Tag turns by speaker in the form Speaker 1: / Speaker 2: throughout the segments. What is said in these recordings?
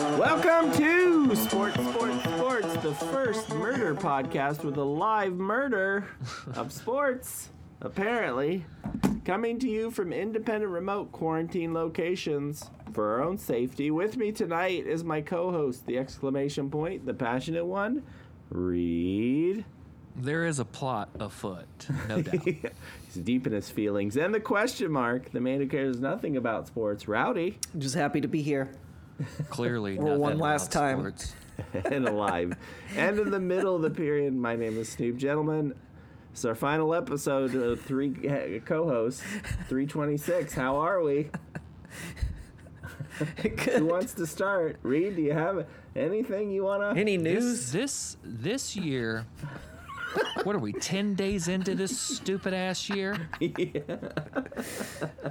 Speaker 1: Welcome to Sports, Sports, Sports, the first murder podcast with a live murder of sports, apparently. Coming to you from independent remote quarantine locations for our own safety. With me tonight is my co host, the exclamation point, the passionate one, Reed.
Speaker 2: There is a plot afoot, no doubt.
Speaker 1: He's deep in his feelings. And the question mark, the man who cares nothing about sports, Rowdy.
Speaker 3: Just happy to be here.
Speaker 2: Clearly,
Speaker 3: Or
Speaker 2: nothing
Speaker 3: one last
Speaker 2: about
Speaker 3: time.
Speaker 2: sports.
Speaker 1: and alive. and in the middle of the period, my name is Snoop. Gentlemen, it's our final episode of three eh, co-hosts, 326. How are we? Who wants to start? Reed, do you have anything you want to...
Speaker 3: Any news?
Speaker 2: This, this this year. What are we? Ten days into this stupid ass year?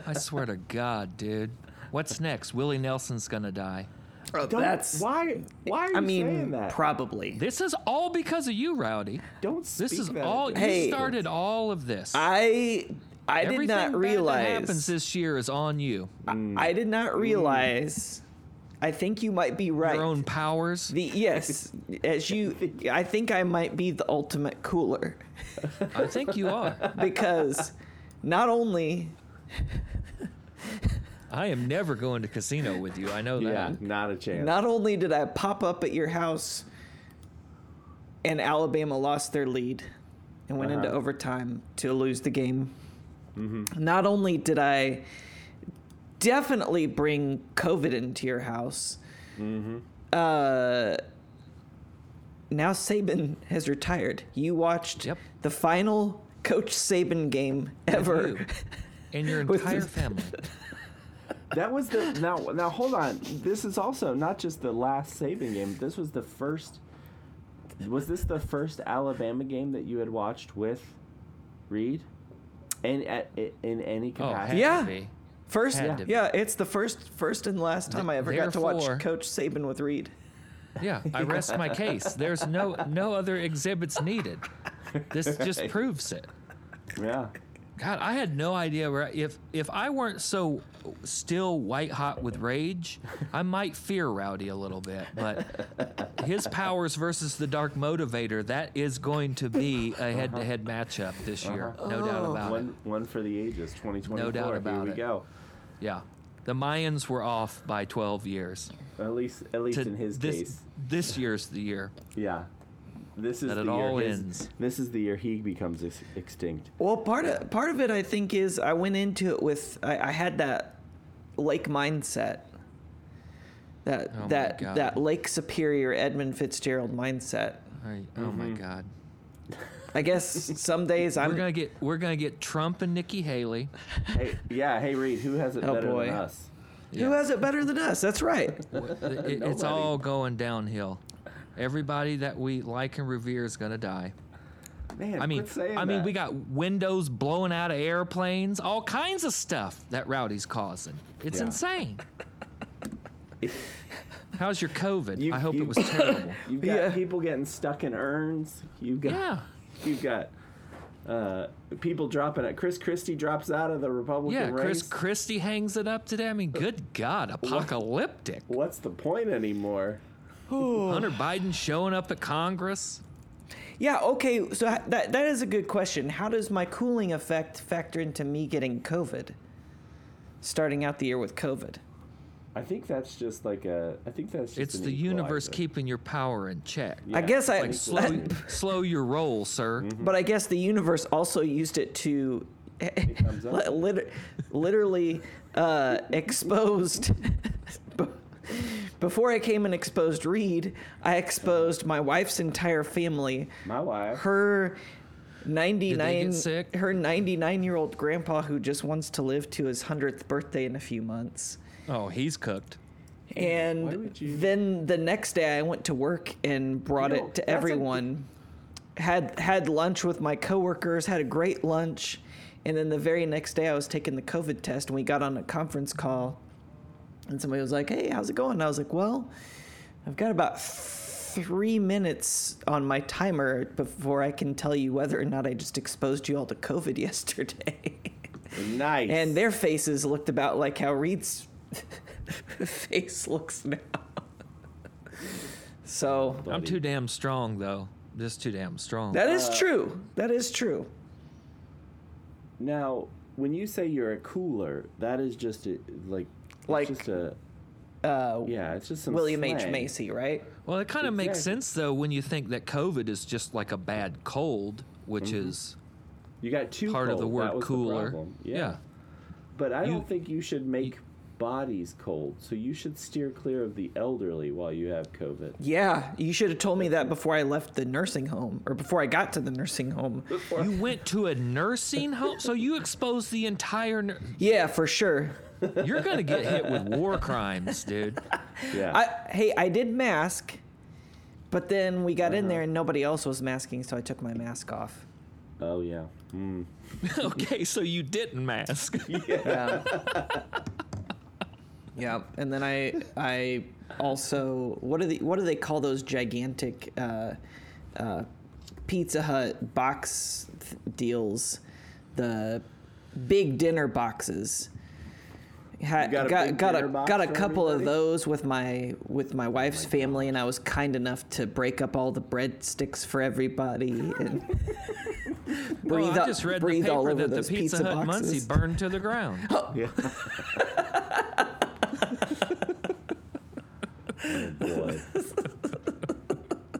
Speaker 2: I swear to God, dude. What's next? Willie Nelson's gonna die.
Speaker 3: That's
Speaker 1: why, why are you
Speaker 3: I mean,
Speaker 1: saying that?
Speaker 3: probably.
Speaker 2: This is all because of you, Rowdy.
Speaker 1: Don't
Speaker 2: This
Speaker 1: speak
Speaker 2: is
Speaker 1: that
Speaker 2: all
Speaker 1: again.
Speaker 3: Hey.
Speaker 2: you started. All of this.
Speaker 3: I I
Speaker 2: Everything
Speaker 3: did not realize. Hmm.
Speaker 2: bad that happens this year is on you.
Speaker 3: I did not realize. I think you might be right.
Speaker 2: Your own powers.
Speaker 3: the yes, as you, I think I might be the ultimate cooler
Speaker 2: I think you are.
Speaker 3: because not only
Speaker 2: I am never going to casino with you. I know
Speaker 1: Yeah,
Speaker 2: that.
Speaker 1: not a chance.
Speaker 3: not only did I pop up at your house, and Alabama lost their lead and went into
Speaker 1: Uh-huh.
Speaker 3: overtime to lose the game.
Speaker 2: Mm-hmm.
Speaker 3: Not only did I definitely bring COVID into your house,
Speaker 2: Mm-hmm.
Speaker 3: uh, now Saban has retired. You watched
Speaker 2: Yep.
Speaker 3: the final Coach Saban game ever.
Speaker 2: you and your
Speaker 3: With
Speaker 2: entire
Speaker 3: the-
Speaker 2: family.
Speaker 1: That was the now. Now hold on. This is also not just the last saving game. This was the first. Was this the first Alabama game that you had watched with Reed, and at, in any
Speaker 2: Oh, had to
Speaker 1: capacity?
Speaker 3: Yeah.
Speaker 2: be.
Speaker 3: First,
Speaker 2: Had to be.
Speaker 3: yeah, it's the first, first and last time I ever got to
Speaker 2: Therefore-
Speaker 3: watch Coach Saban with Reed.
Speaker 2: Yeah, I rest my case. There's no no other exhibits needed. This just
Speaker 1: Right.
Speaker 2: proves it.
Speaker 1: yeah.
Speaker 2: God, I had no idea where if if I weren't so still white hot with rage, I might fear Rowdy a little bit. But his powers versus the dark motivator, that is going to be a head-to-head matchup this year, no doubt about it.
Speaker 1: One one for the ages. Twenty twenty four.
Speaker 2: No doubt
Speaker 1: Here
Speaker 2: about
Speaker 1: we
Speaker 2: it.
Speaker 1: go.
Speaker 2: Yeah, the Mayans were off by 12 years.
Speaker 1: At least at least
Speaker 2: To
Speaker 1: in his
Speaker 2: this
Speaker 1: case.
Speaker 2: this year's the year.
Speaker 1: Yeah. This is
Speaker 2: That
Speaker 1: the
Speaker 2: it
Speaker 1: year
Speaker 2: all
Speaker 1: his-
Speaker 2: ends.
Speaker 1: This is the year he becomes ex- extinct.
Speaker 3: Well, part of part of it, I think, is I went into it with I, I had that lake mindset, that
Speaker 2: Oh my
Speaker 3: that
Speaker 2: God.
Speaker 3: that Lake Superior Edmund Fitzgerald mindset.
Speaker 2: I, Oh
Speaker 1: Mm-hmm.
Speaker 2: my God.
Speaker 3: I guess some days I'm
Speaker 2: We're gonna get we're gonna get Trump and Nikki Haley.
Speaker 1: Hey, yeah. Hey Reed, who has it
Speaker 3: Oh,
Speaker 1: better
Speaker 3: boy.
Speaker 1: than us?
Speaker 3: who has it better than us. That's right.
Speaker 2: It- it's all going downhill. Everybody that we like and revere is gonna die.
Speaker 1: Man,
Speaker 2: I mean,
Speaker 1: quit saying
Speaker 2: I mean,
Speaker 1: that.
Speaker 2: we got windows blowing out of airplanes, all kinds of stuff that Rowdy's causing. It's
Speaker 1: Yeah.
Speaker 2: insane. How's your COVID?
Speaker 1: You-
Speaker 2: I hope
Speaker 1: you-
Speaker 2: it was terrible.
Speaker 1: You've got
Speaker 3: Yeah.
Speaker 1: people getting stuck in urns. You've got
Speaker 2: yeah,
Speaker 1: you've got uh, people dropping it. Chris Christie drops out of the Republican
Speaker 2: yeah. Chris
Speaker 1: race.
Speaker 2: Christie hangs it up today. I mean, good God, apocalyptic.
Speaker 1: What's the point anymore?
Speaker 2: Hunter Biden showing up at Congress.
Speaker 3: Yeah. Okay. So h- that that is a good question. How does my cooling effect factor into me getting COVID? Starting out the year with COVID.
Speaker 1: I think that's just like a. I think that's just
Speaker 2: It's
Speaker 1: an
Speaker 2: the universe
Speaker 1: equalizer.
Speaker 2: keeping your power in check.
Speaker 1: Yeah,
Speaker 3: I guess I
Speaker 1: like
Speaker 2: Slow, slow your roll, sir.
Speaker 3: But I guess the universe also used it to
Speaker 1: comes up.
Speaker 3: li- liter- literally uh, exposed. b- Before I came and exposed Reed, I exposed my wife's entire family.
Speaker 1: My wife.
Speaker 3: Her 99
Speaker 2: sick?
Speaker 3: her 99 year old grandpa who just wants to live to his 100th birthday in a few months.
Speaker 2: Oh, he's cooked.
Speaker 1: Why
Speaker 3: And
Speaker 1: would you-
Speaker 3: then the next day, I went to work and brought
Speaker 1: You know,
Speaker 3: it to
Speaker 1: that's a-
Speaker 3: everyone. had had lunch with my coworkers. Had a great lunch, and then the very next day, I was taking the COVID test, and we got on a conference call, and somebody was like, "Hey, how's it going?" And I was like, "Well, I've got about." Three minutes on my timer before I can tell you whether or not I just exposed you all to COVID yesterday.
Speaker 1: nice.
Speaker 3: and their faces looked about like how Reed's face looks now. So
Speaker 2: I'm
Speaker 1: buddy.
Speaker 2: too damn strong though. Just too damn strong.
Speaker 3: that
Speaker 1: uh,
Speaker 3: is true. That is true.
Speaker 1: Now, when you say you're a cooler, that is just a, like, it's
Speaker 3: Like-
Speaker 1: just a
Speaker 3: Uh,
Speaker 1: yeah, it's just some
Speaker 3: William H
Speaker 1: slang.
Speaker 3: Macy, right?
Speaker 2: well, it kind of makes
Speaker 1: Exactly.
Speaker 2: sense though when you think that COVID is just like a bad cold, which is
Speaker 1: You got two
Speaker 2: part of the
Speaker 1: cold, that
Speaker 2: word
Speaker 1: was
Speaker 2: cooler.
Speaker 1: problem.
Speaker 2: yeah.
Speaker 1: but I
Speaker 2: You-
Speaker 1: don't think you should make bodies cold. So you should steer clear of the elderly while you have COVID.
Speaker 3: Yeah, you should have told me that before I left the nursing home or before I got to the nursing home.
Speaker 2: You went to a nursing home, so you exposed the entire. Nur-
Speaker 3: Yeah, for sure.
Speaker 2: You're gonna get hit with war crimes, dude.
Speaker 1: Yeah,
Speaker 3: I hey, I did mask, but then we got in
Speaker 1: Uh-huh.
Speaker 3: there and nobody else was masking, so I took my mask off.
Speaker 1: oh yeah. Mm.
Speaker 2: okay, so you didn't mask.
Speaker 3: Yeah. yeah, and then I I also what do the what do they call those gigantic uh, uh, Pizza Hut box th- deals, the big dinner boxes. Ha-
Speaker 1: You got a
Speaker 3: got
Speaker 1: big
Speaker 3: got a
Speaker 1: dinner box
Speaker 3: got a
Speaker 1: for
Speaker 3: couple of
Speaker 1: everybody? Oh
Speaker 3: those with my with my wife's family, and I was kind enough to break up all the breadsticks for everybody and breathe,
Speaker 2: well, I
Speaker 3: all-
Speaker 2: just read
Speaker 3: breathe
Speaker 2: the paper
Speaker 3: all over
Speaker 2: that the
Speaker 3: those
Speaker 2: Pizza,
Speaker 3: pizza,
Speaker 2: Hut
Speaker 3: boxes.
Speaker 2: Muncie burned to the ground.
Speaker 1: Oh, boy.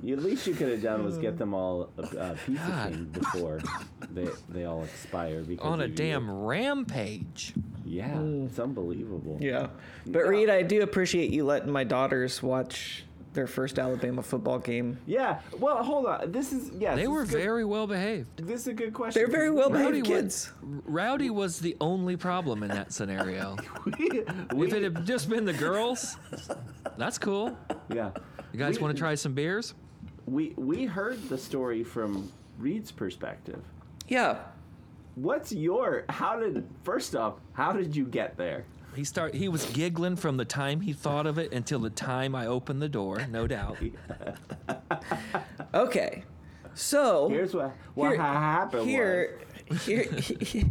Speaker 1: You- At least you could have done was get them all a uh, pizza
Speaker 2: God.
Speaker 1: king before they they all expire because
Speaker 2: on a
Speaker 1: of you.
Speaker 2: damn rampage.
Speaker 1: yeah it's unbelievable
Speaker 3: Yeah. But Reed, I do appreciate you letting my daughters watch their first Alabama football game.
Speaker 1: yeah well hold on this is yeah
Speaker 2: They
Speaker 1: this
Speaker 2: were
Speaker 1: is good-
Speaker 2: very well behaved.
Speaker 1: this is a good question
Speaker 3: They're very well
Speaker 2: Rowdy
Speaker 3: behaved
Speaker 2: wa-
Speaker 3: kids.
Speaker 2: Rowdy was the only problem in that scenario. if it had just been the girls, that's cool.
Speaker 1: yeah
Speaker 2: You guys
Speaker 1: We-
Speaker 2: want to try some beers?
Speaker 1: we we heard the story from Reed's perspective
Speaker 3: Yeah.
Speaker 1: what's your how did first off how did you get there
Speaker 2: He start. He was giggling from the time he thought of it until the time I opened the door. No doubt.
Speaker 3: Okay. So
Speaker 1: here's what what
Speaker 3: here-
Speaker 1: happened was-
Speaker 3: Here, here,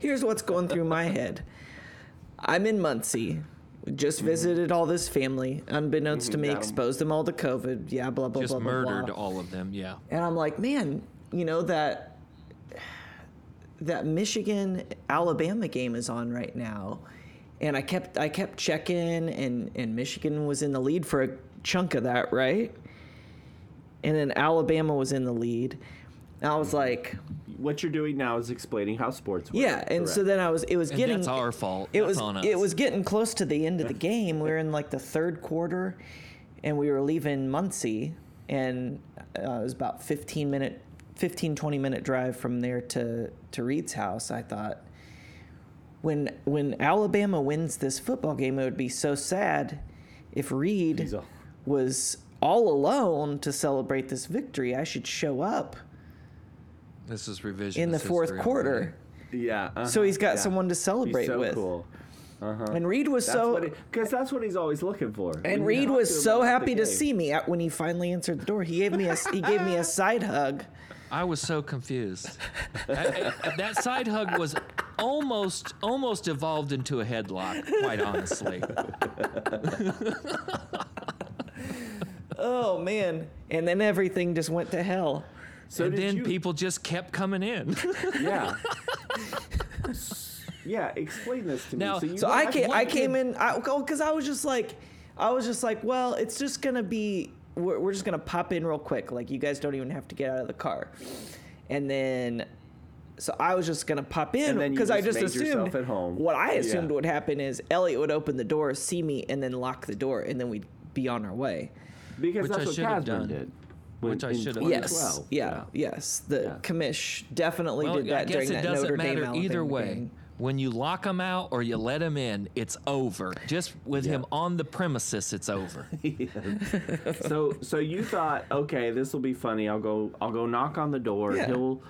Speaker 3: here's what's going through my head. I'm in Muncie. Just visited all this family, unbeknownst to me,
Speaker 1: Mm-hmm. got 'em.
Speaker 3: exposed them all to COVID. Yeah, blah blah
Speaker 2: Just
Speaker 3: blah. blah,
Speaker 2: murdered
Speaker 3: blah.
Speaker 2: all of them. Yeah.
Speaker 3: and I'm like, man, you know that that Michigan Alabama game is on right now, and I kept I kept checking, and and Michigan was in the lead for a chunk of that, right? And then Alabama was in the lead. And I was like,
Speaker 1: what you're doing now is explaining how sports work
Speaker 3: yeah, and so
Speaker 1: correct.
Speaker 3: then I was it was
Speaker 2: And
Speaker 3: getting
Speaker 2: that's our fault.
Speaker 3: it
Speaker 2: That's
Speaker 3: was
Speaker 2: on us.
Speaker 3: it was getting close to the end of the game. We were in like the third quarter, and we were leaving Muncie, and uh, it was about 15 minute, 15 20 minute drive from there to to Reed's house. I thought when when Alabama wins this football game, it would be so sad if Reed
Speaker 1: He's all-
Speaker 3: was all alone to celebrate this victory. I should show up
Speaker 2: This is oh revision
Speaker 3: in the fourth quarter.
Speaker 1: yeah uh-huh,
Speaker 3: So he's got
Speaker 1: yeah.
Speaker 3: someone to celebrate
Speaker 1: He's so
Speaker 3: with.
Speaker 1: cool.
Speaker 3: And Reed was
Speaker 1: That's
Speaker 3: so
Speaker 1: because that's what he's always looking for.
Speaker 3: And
Speaker 1: When you
Speaker 3: Reed
Speaker 1: talk
Speaker 3: was
Speaker 1: him
Speaker 3: so
Speaker 1: about the
Speaker 3: happy to
Speaker 1: game.
Speaker 3: see me at- when he finally answered the door. He gave me a he gave me a side hug.
Speaker 2: I was so confused. I- I- that side hug was almost almost evolved into a headlock, quite honestly.
Speaker 3: Oh man! And then everything just went to hell.
Speaker 1: So
Speaker 2: and
Speaker 1: did
Speaker 2: then
Speaker 1: you-
Speaker 2: people just kept coming in.
Speaker 1: Yeah. yeah. Explain this to
Speaker 2: Now-
Speaker 1: me. So, you
Speaker 3: So I
Speaker 1: watched-
Speaker 3: came I
Speaker 2: one
Speaker 3: came in I because I was just like I was just like well it's just gonna be we're, we're just gonna pop in real quick like you guys don't even have to get out of the car, and then. So I was just gonna pop in
Speaker 1: And then you
Speaker 3: because I
Speaker 1: just
Speaker 3: just
Speaker 1: made
Speaker 3: assumed
Speaker 1: yourself at home.
Speaker 3: what I assumed
Speaker 1: Yeah.
Speaker 3: would happen is Elliot would open the door, see me, and then lock the door, and then we'd be on our way.
Speaker 1: because
Speaker 2: Which I
Speaker 1: that's what
Speaker 2: should have
Speaker 1: Casman
Speaker 2: done.
Speaker 1: did.
Speaker 2: Which I
Speaker 1: in
Speaker 2: should have done.
Speaker 3: Yes.
Speaker 1: 2012.
Speaker 3: Yeah, Yes. The
Speaker 1: Yeah.
Speaker 3: commish definitely
Speaker 2: Well,
Speaker 3: did
Speaker 2: I
Speaker 3: that
Speaker 2: guess
Speaker 3: during
Speaker 2: it
Speaker 3: that
Speaker 2: doesn't
Speaker 3: Notre Dame
Speaker 2: matter
Speaker 3: Alabama
Speaker 2: either way.
Speaker 3: game.
Speaker 2: When you lock him out or you let him in, it's over. Just with him
Speaker 1: Yeah.
Speaker 2: on the premises, it's over.
Speaker 1: so so you thought, okay, this will be funny. I'll go I'll go knock on the door.
Speaker 3: Yeah.
Speaker 1: He'll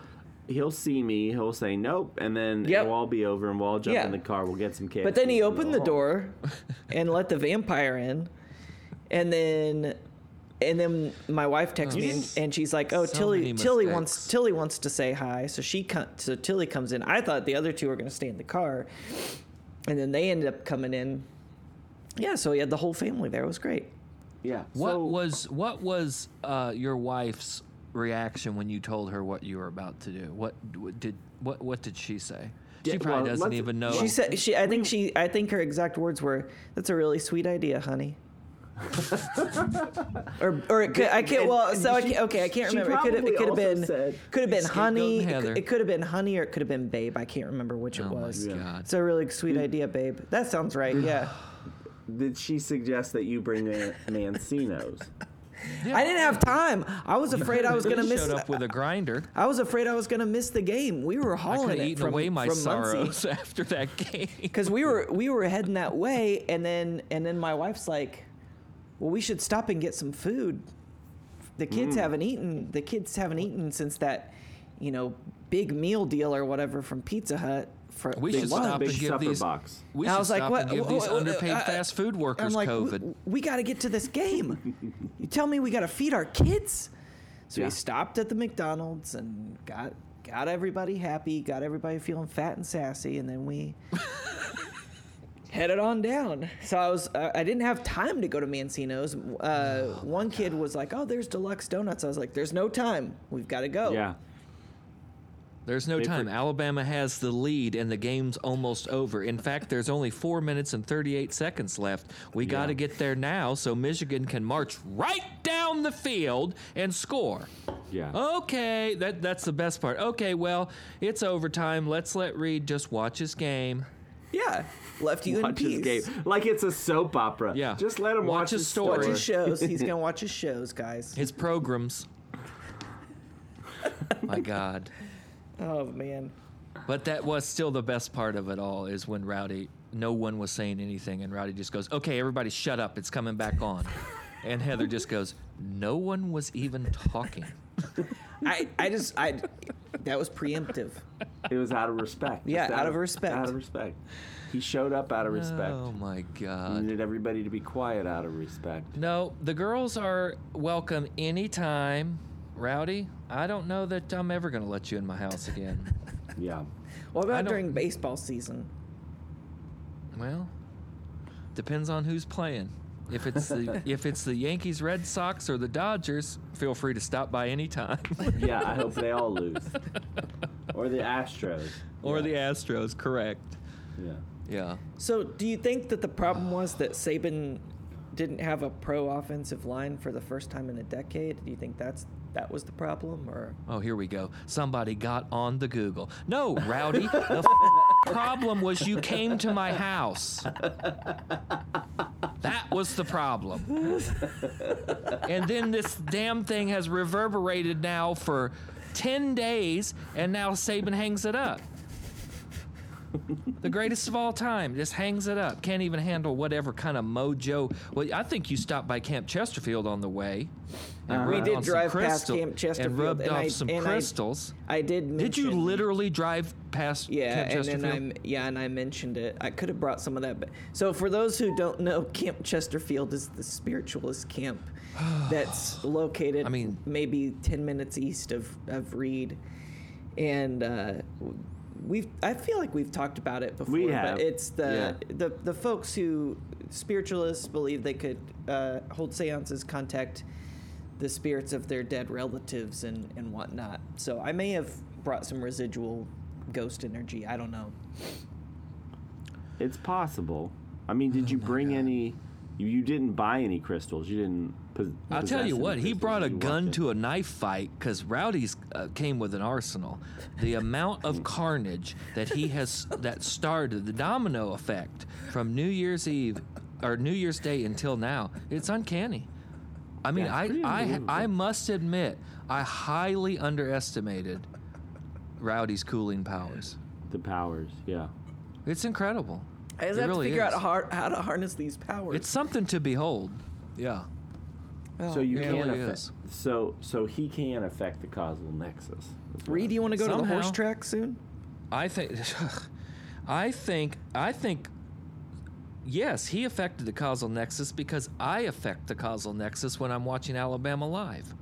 Speaker 1: he'll see me. He'll say nope, and then
Speaker 3: Yep.
Speaker 1: it'll all be over, and we'll all jump
Speaker 3: Yeah.
Speaker 1: in the car. We'll get some kids.
Speaker 3: But then he opened the door and let the vampire in, and then. And then my wife texts me and,
Speaker 2: didn't-
Speaker 3: and she's like, "Oh,
Speaker 2: Oh. So
Speaker 3: Tilly,
Speaker 2: many
Speaker 3: Tilly
Speaker 2: mistakes.
Speaker 3: wants Tilly wants to say hi." So she co- so Tilly comes in. I thought the other two were going to stay in the car, and then they ended up coming in. Yeah, so he had the whole family there. It was great.
Speaker 1: Yeah.
Speaker 2: What
Speaker 1: so,
Speaker 2: was what was uh, your wife's reaction when you told her what you were about to do? What d- did what what did she say? She
Speaker 1: Yeah,
Speaker 2: probably
Speaker 1: well,
Speaker 2: doesn't
Speaker 1: let's-
Speaker 2: even know.
Speaker 3: She said she. I think she. I think her exact words were, "That's a really sweet idea, honey." or, or it could, I can't.
Speaker 1: And-
Speaker 3: Well,
Speaker 1: and
Speaker 3: so I
Speaker 1: she-
Speaker 3: can't, okay, I can't
Speaker 1: she
Speaker 3: remember. It could have. It
Speaker 1: probably
Speaker 3: could have
Speaker 1: also
Speaker 3: been.
Speaker 1: said,
Speaker 3: Could have been
Speaker 2: "Scapegoat
Speaker 3: honey. It,
Speaker 2: Heather."
Speaker 3: cou- it could have been honey, or it could have been babe. I can't remember which it
Speaker 2: Oh my
Speaker 3: was.
Speaker 2: god.
Speaker 3: It's a really sweet idea, babe. That sounds right. Yeah.
Speaker 1: did she suggest that you bring Man- Mancino's?
Speaker 3: I didn't have time. I was afraid I was gonna
Speaker 2: You
Speaker 3: miss.
Speaker 2: Showed up with a grinder.
Speaker 3: I was afraid I was gonna miss the game. We were
Speaker 2: I
Speaker 3: hauling
Speaker 2: could have
Speaker 3: it
Speaker 2: eaten
Speaker 3: from,
Speaker 2: away my
Speaker 3: from Muncie.
Speaker 2: sorrows after that game.
Speaker 3: because we were we were heading that way, and then and then my wife's like, "Well, we should stop and get some food. The
Speaker 2: Mm.
Speaker 3: kids haven't eaten. The kids haven't eaten since that, you know, big meal deal or whatever from Pizza Hut. For
Speaker 2: We
Speaker 3: they
Speaker 2: should
Speaker 3: won."
Speaker 2: stop
Speaker 1: Big
Speaker 2: and give
Speaker 1: supper
Speaker 2: these.
Speaker 1: box.
Speaker 2: We
Speaker 3: And
Speaker 2: should
Speaker 3: I was like,
Speaker 2: stop
Speaker 3: "What?
Speaker 2: and give
Speaker 3: wh-
Speaker 2: these
Speaker 3: wh- wh-
Speaker 2: underpaid
Speaker 3: I-
Speaker 2: fast food
Speaker 3: And I'm
Speaker 2: workers
Speaker 3: like, "We-
Speaker 2: COVID.
Speaker 3: We, got to get to this game. you tell me we got to feed our kids. So
Speaker 1: Yeah.
Speaker 3: we stopped at the McDonald's and got got everybody happy, got everybody feeling fat and sassy, and then we headed on down. So I was uh, I didn't have time to go to Mancino's. Uh, One kid was like, "Oh, there's Deluxe Donuts." I was like, "There's no time. We've got to go."
Speaker 2: Oh.
Speaker 1: Yeah.
Speaker 2: There's no
Speaker 1: They
Speaker 2: time.
Speaker 1: for-
Speaker 2: Alabama has the lead, and the game's almost over. In fact, there's only four minutes and 38 seconds left. We got to get there now so Michigan can march right down the field and score.
Speaker 1: Yeah.
Speaker 2: Oh, Okay, that that's the best part. Okay, well, it's overtime. Let's let Reed just watch his game.
Speaker 3: yeah. Left you
Speaker 1: Watch
Speaker 3: in
Speaker 1: his
Speaker 3: peace.
Speaker 1: game. Like it's a soap opera.
Speaker 2: Yeah.
Speaker 1: Just let him
Speaker 2: Watch
Speaker 1: watch,
Speaker 2: his
Speaker 1: his
Speaker 2: story.
Speaker 1: story.
Speaker 3: Watch his shows. He's gonna watch his shows, guys.
Speaker 2: His programs. My God.
Speaker 3: Oh man.
Speaker 2: But that was still the best part of it all is when Rowdy, no one was saying anything, and Rowdy just goes, "Okay, everybody, shut up. It's coming back on." And Heather just goes, "No one was even talking."
Speaker 3: I, I just I that was preemptive.
Speaker 1: It was out of respect.
Speaker 3: Yeah,
Speaker 1: Just
Speaker 3: out of respect.
Speaker 1: Out of respect. He showed up out of respect.
Speaker 2: Oh my
Speaker 1: He
Speaker 2: God.
Speaker 1: needed everybody to be quiet out of respect.
Speaker 2: No, the girls are welcome anytime. Rowdy, I don't know that I'm ever going to let you in my house again.
Speaker 1: Yeah.
Speaker 3: What
Speaker 2: I
Speaker 3: about
Speaker 2: don't-
Speaker 3: during baseball season?
Speaker 2: Well, depends on who's playing. If it's the if it's the Yankees, Red Sox, or the Dodgers, feel free to stop by anytime.
Speaker 1: Yeah, I hope they all lose. Or the Astros.
Speaker 2: or
Speaker 1: yeah.
Speaker 2: the Astros, correct?
Speaker 1: the Yeah.
Speaker 2: Yeah.
Speaker 3: So do you think that the problem was that Saban didn't have a pro offensive line for the first time in a decade? Do you think that's that was the problem or
Speaker 2: Oh, here we go. Somebody got on the Google. No, Rowdy. the f- problem was you came to my house. That was the problem. And then this damn thing has reverberated now for 10 days, and now Saban hangs it up. The greatest of all time just hangs it up. Can't even handle whatever kind of mojo. Well, I think you stopped by Camp Chesterfield on the way. And
Speaker 3: Uh-huh. We
Speaker 2: rubbed
Speaker 3: did
Speaker 2: on some
Speaker 3: drive past
Speaker 2: crystal-
Speaker 3: Camp
Speaker 2: and
Speaker 3: Chesterfield,
Speaker 2: rubbed
Speaker 3: and
Speaker 2: off
Speaker 3: I-
Speaker 2: some
Speaker 3: and I-
Speaker 2: crystals.
Speaker 3: I did mention
Speaker 2: Did you literally drive past
Speaker 3: Yeah,
Speaker 2: Camp
Speaker 3: and
Speaker 2: Chesterfield?
Speaker 3: then I'm yeah, and I mentioned it. I could have brought some of that back. So for those who don't know, Camp Chesterfield is the spiritualist camp that's located
Speaker 2: I mean-
Speaker 3: maybe 10 minutes east of of Reed. And uh, we've I feel like we've talked about it before,
Speaker 1: We have,
Speaker 3: but it's the
Speaker 1: yeah.
Speaker 3: the the folks who spiritualists believe they could uh, hold séances contact the spirits of their dead relatives and, and whatnot. So I may have brought some residual ghost energy. I don't know.
Speaker 1: It's possible. I mean, did you bring any? You, you didn't buy any crystals. You didn't. Pos-
Speaker 2: I'll tell
Speaker 1: possess
Speaker 2: you
Speaker 1: any
Speaker 2: what, he
Speaker 1: crystals.
Speaker 2: brought a
Speaker 1: You
Speaker 2: gun
Speaker 1: walked in.
Speaker 2: to a knife fight because Rowdy's uh, came with an arsenal. The amount of carnage that he has that started the domino effect from New Year's Eve or New Year's Day until now, it's uncanny. I mean,
Speaker 1: Yeah, it's pretty
Speaker 2: I,
Speaker 1: unbelievable.
Speaker 2: I I must admit, I highly underestimated Rowdy's cooling powers.
Speaker 1: the powers. Yeah.
Speaker 2: It's incredible.
Speaker 3: I just
Speaker 2: It
Speaker 3: have
Speaker 2: really
Speaker 3: to figure
Speaker 2: is.
Speaker 3: out how, how to harness these powers.
Speaker 2: It's something to behold. Yeah.
Speaker 3: Oh,
Speaker 1: so you
Speaker 2: it
Speaker 1: can
Speaker 2: really
Speaker 1: affect.
Speaker 2: is.
Speaker 1: So so he can affect the causal nexus. That's what
Speaker 3: Reed, do you want to go to the
Speaker 2: Somehow.
Speaker 3: horse track soon?
Speaker 2: I think, I think, I think, yes, he affected the causal nexus because I affect the causal nexus when I'm watching Alabama live.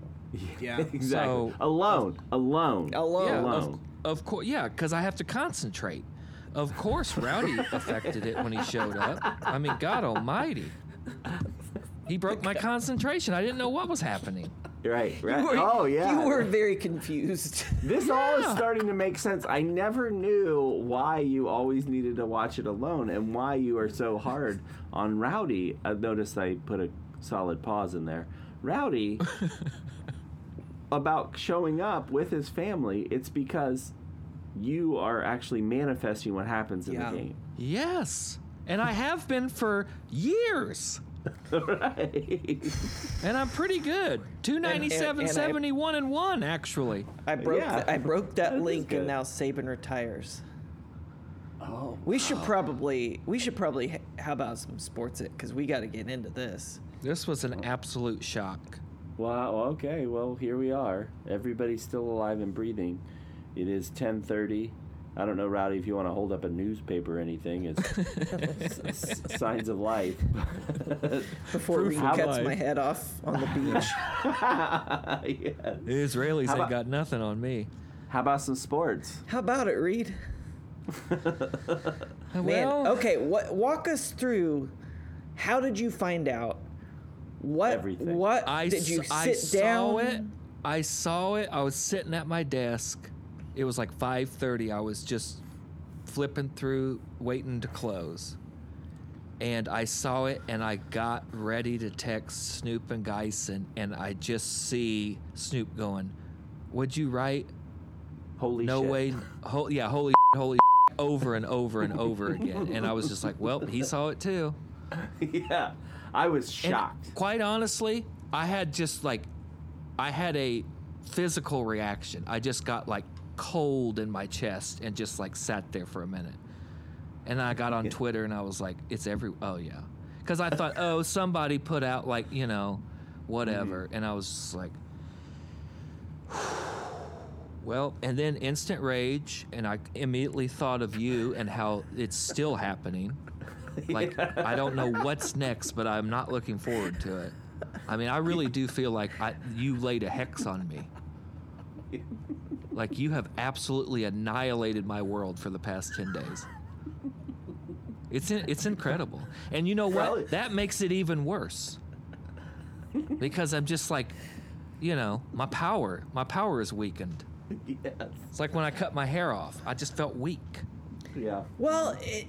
Speaker 3: Yeah.
Speaker 1: Exactly.
Speaker 2: So-
Speaker 1: alone. Alone.
Speaker 3: Alone.
Speaker 2: yeah,
Speaker 1: Alone.
Speaker 2: Of, of course, yeah, because I have to concentrate. Of course, Rowdy affected it when he showed up. I mean, God Almighty. He broke my concentration. I didn't know what was happening.
Speaker 1: Right, right.
Speaker 3: You were-
Speaker 1: oh yeah.
Speaker 3: You were very confused.
Speaker 1: This all is
Speaker 2: Yeah.
Speaker 1: starting to make sense. I never knew why you always needed to watch it alone and why you are so hard on Rowdy. I noticed I put a solid pause in there. Rowdy about showing up with his family, it's because you are actually manifesting what happens in
Speaker 3: Yeah.
Speaker 1: the game.
Speaker 2: Yes. And I have been for years.
Speaker 1: right.
Speaker 2: And I'm pretty good. 297,
Speaker 3: And- and- and I-
Speaker 2: 71, and 1, actually.
Speaker 3: I broke.
Speaker 1: Yeah.
Speaker 3: th- I broke that
Speaker 1: That is
Speaker 3: link,
Speaker 1: good.
Speaker 3: and now Saban retires.
Speaker 1: Oh.
Speaker 3: We should probably. We should probably. h- How about some sports? It because we got to get into this.
Speaker 2: This was an absolute shock.
Speaker 1: Wow, okay. Well, here we are. Everybody's still alive and breathing. It is 10:30. I don't know, Rowdy, if you want to hold up a newspaper or anything. It's s- s- signs of life.
Speaker 3: Before
Speaker 2: Proof
Speaker 3: Reed
Speaker 1: of
Speaker 3: cuts
Speaker 2: life.
Speaker 3: my head off on the beach.
Speaker 1: Yeah.
Speaker 2: The Israelis
Speaker 1: How
Speaker 2: ain't
Speaker 1: about-
Speaker 2: got nothing on me.
Speaker 1: How about some sports?
Speaker 3: how about it, Reed? Man,
Speaker 2: well,
Speaker 3: okay. What? Walk us through. How did you find out? What?
Speaker 1: Everything.
Speaker 3: What
Speaker 2: I,
Speaker 3: did you
Speaker 2: s-
Speaker 3: sit
Speaker 2: I
Speaker 3: down?
Speaker 2: saw it. I saw it. I was sitting at my desk. It was like 5:30. I was just flipping through waiting to close. And I saw it and I got ready to text Snoop and Geisen and I just see Snoop going, "Would you write
Speaker 1: Holy
Speaker 2: no
Speaker 1: shit.
Speaker 2: way ho- yeah, holy holy over and over and over again." And I was just like, "Well, he saw it too."
Speaker 1: yeah. I was
Speaker 2: And
Speaker 1: shocked.
Speaker 2: quite honestly, I had just like, I had a physical reaction. I just got like cold in my chest and just like sat there for a minute. And then I got on Twitter and I was like, it's every, oh yeah. Cause I thought, oh, somebody put out like, you know, whatever. And I was just like, well, and then instant rage, and I immediately thought of you and how it's still happening. Like, I don't know what's next, but I'm not looking forward to it. I mean, I really do feel like I, you laid a hex on me. Like, you have absolutely annihilated my world for the past 10 days. It's, in, it's incredible. And you know
Speaker 1: Probably-
Speaker 2: what? That makes it even worse. Because I'm just like, you know, my power, my power is weakened.
Speaker 1: yes.
Speaker 2: It's like when I cut my hair off. I just felt weak.
Speaker 1: Yeah.
Speaker 3: Well, it,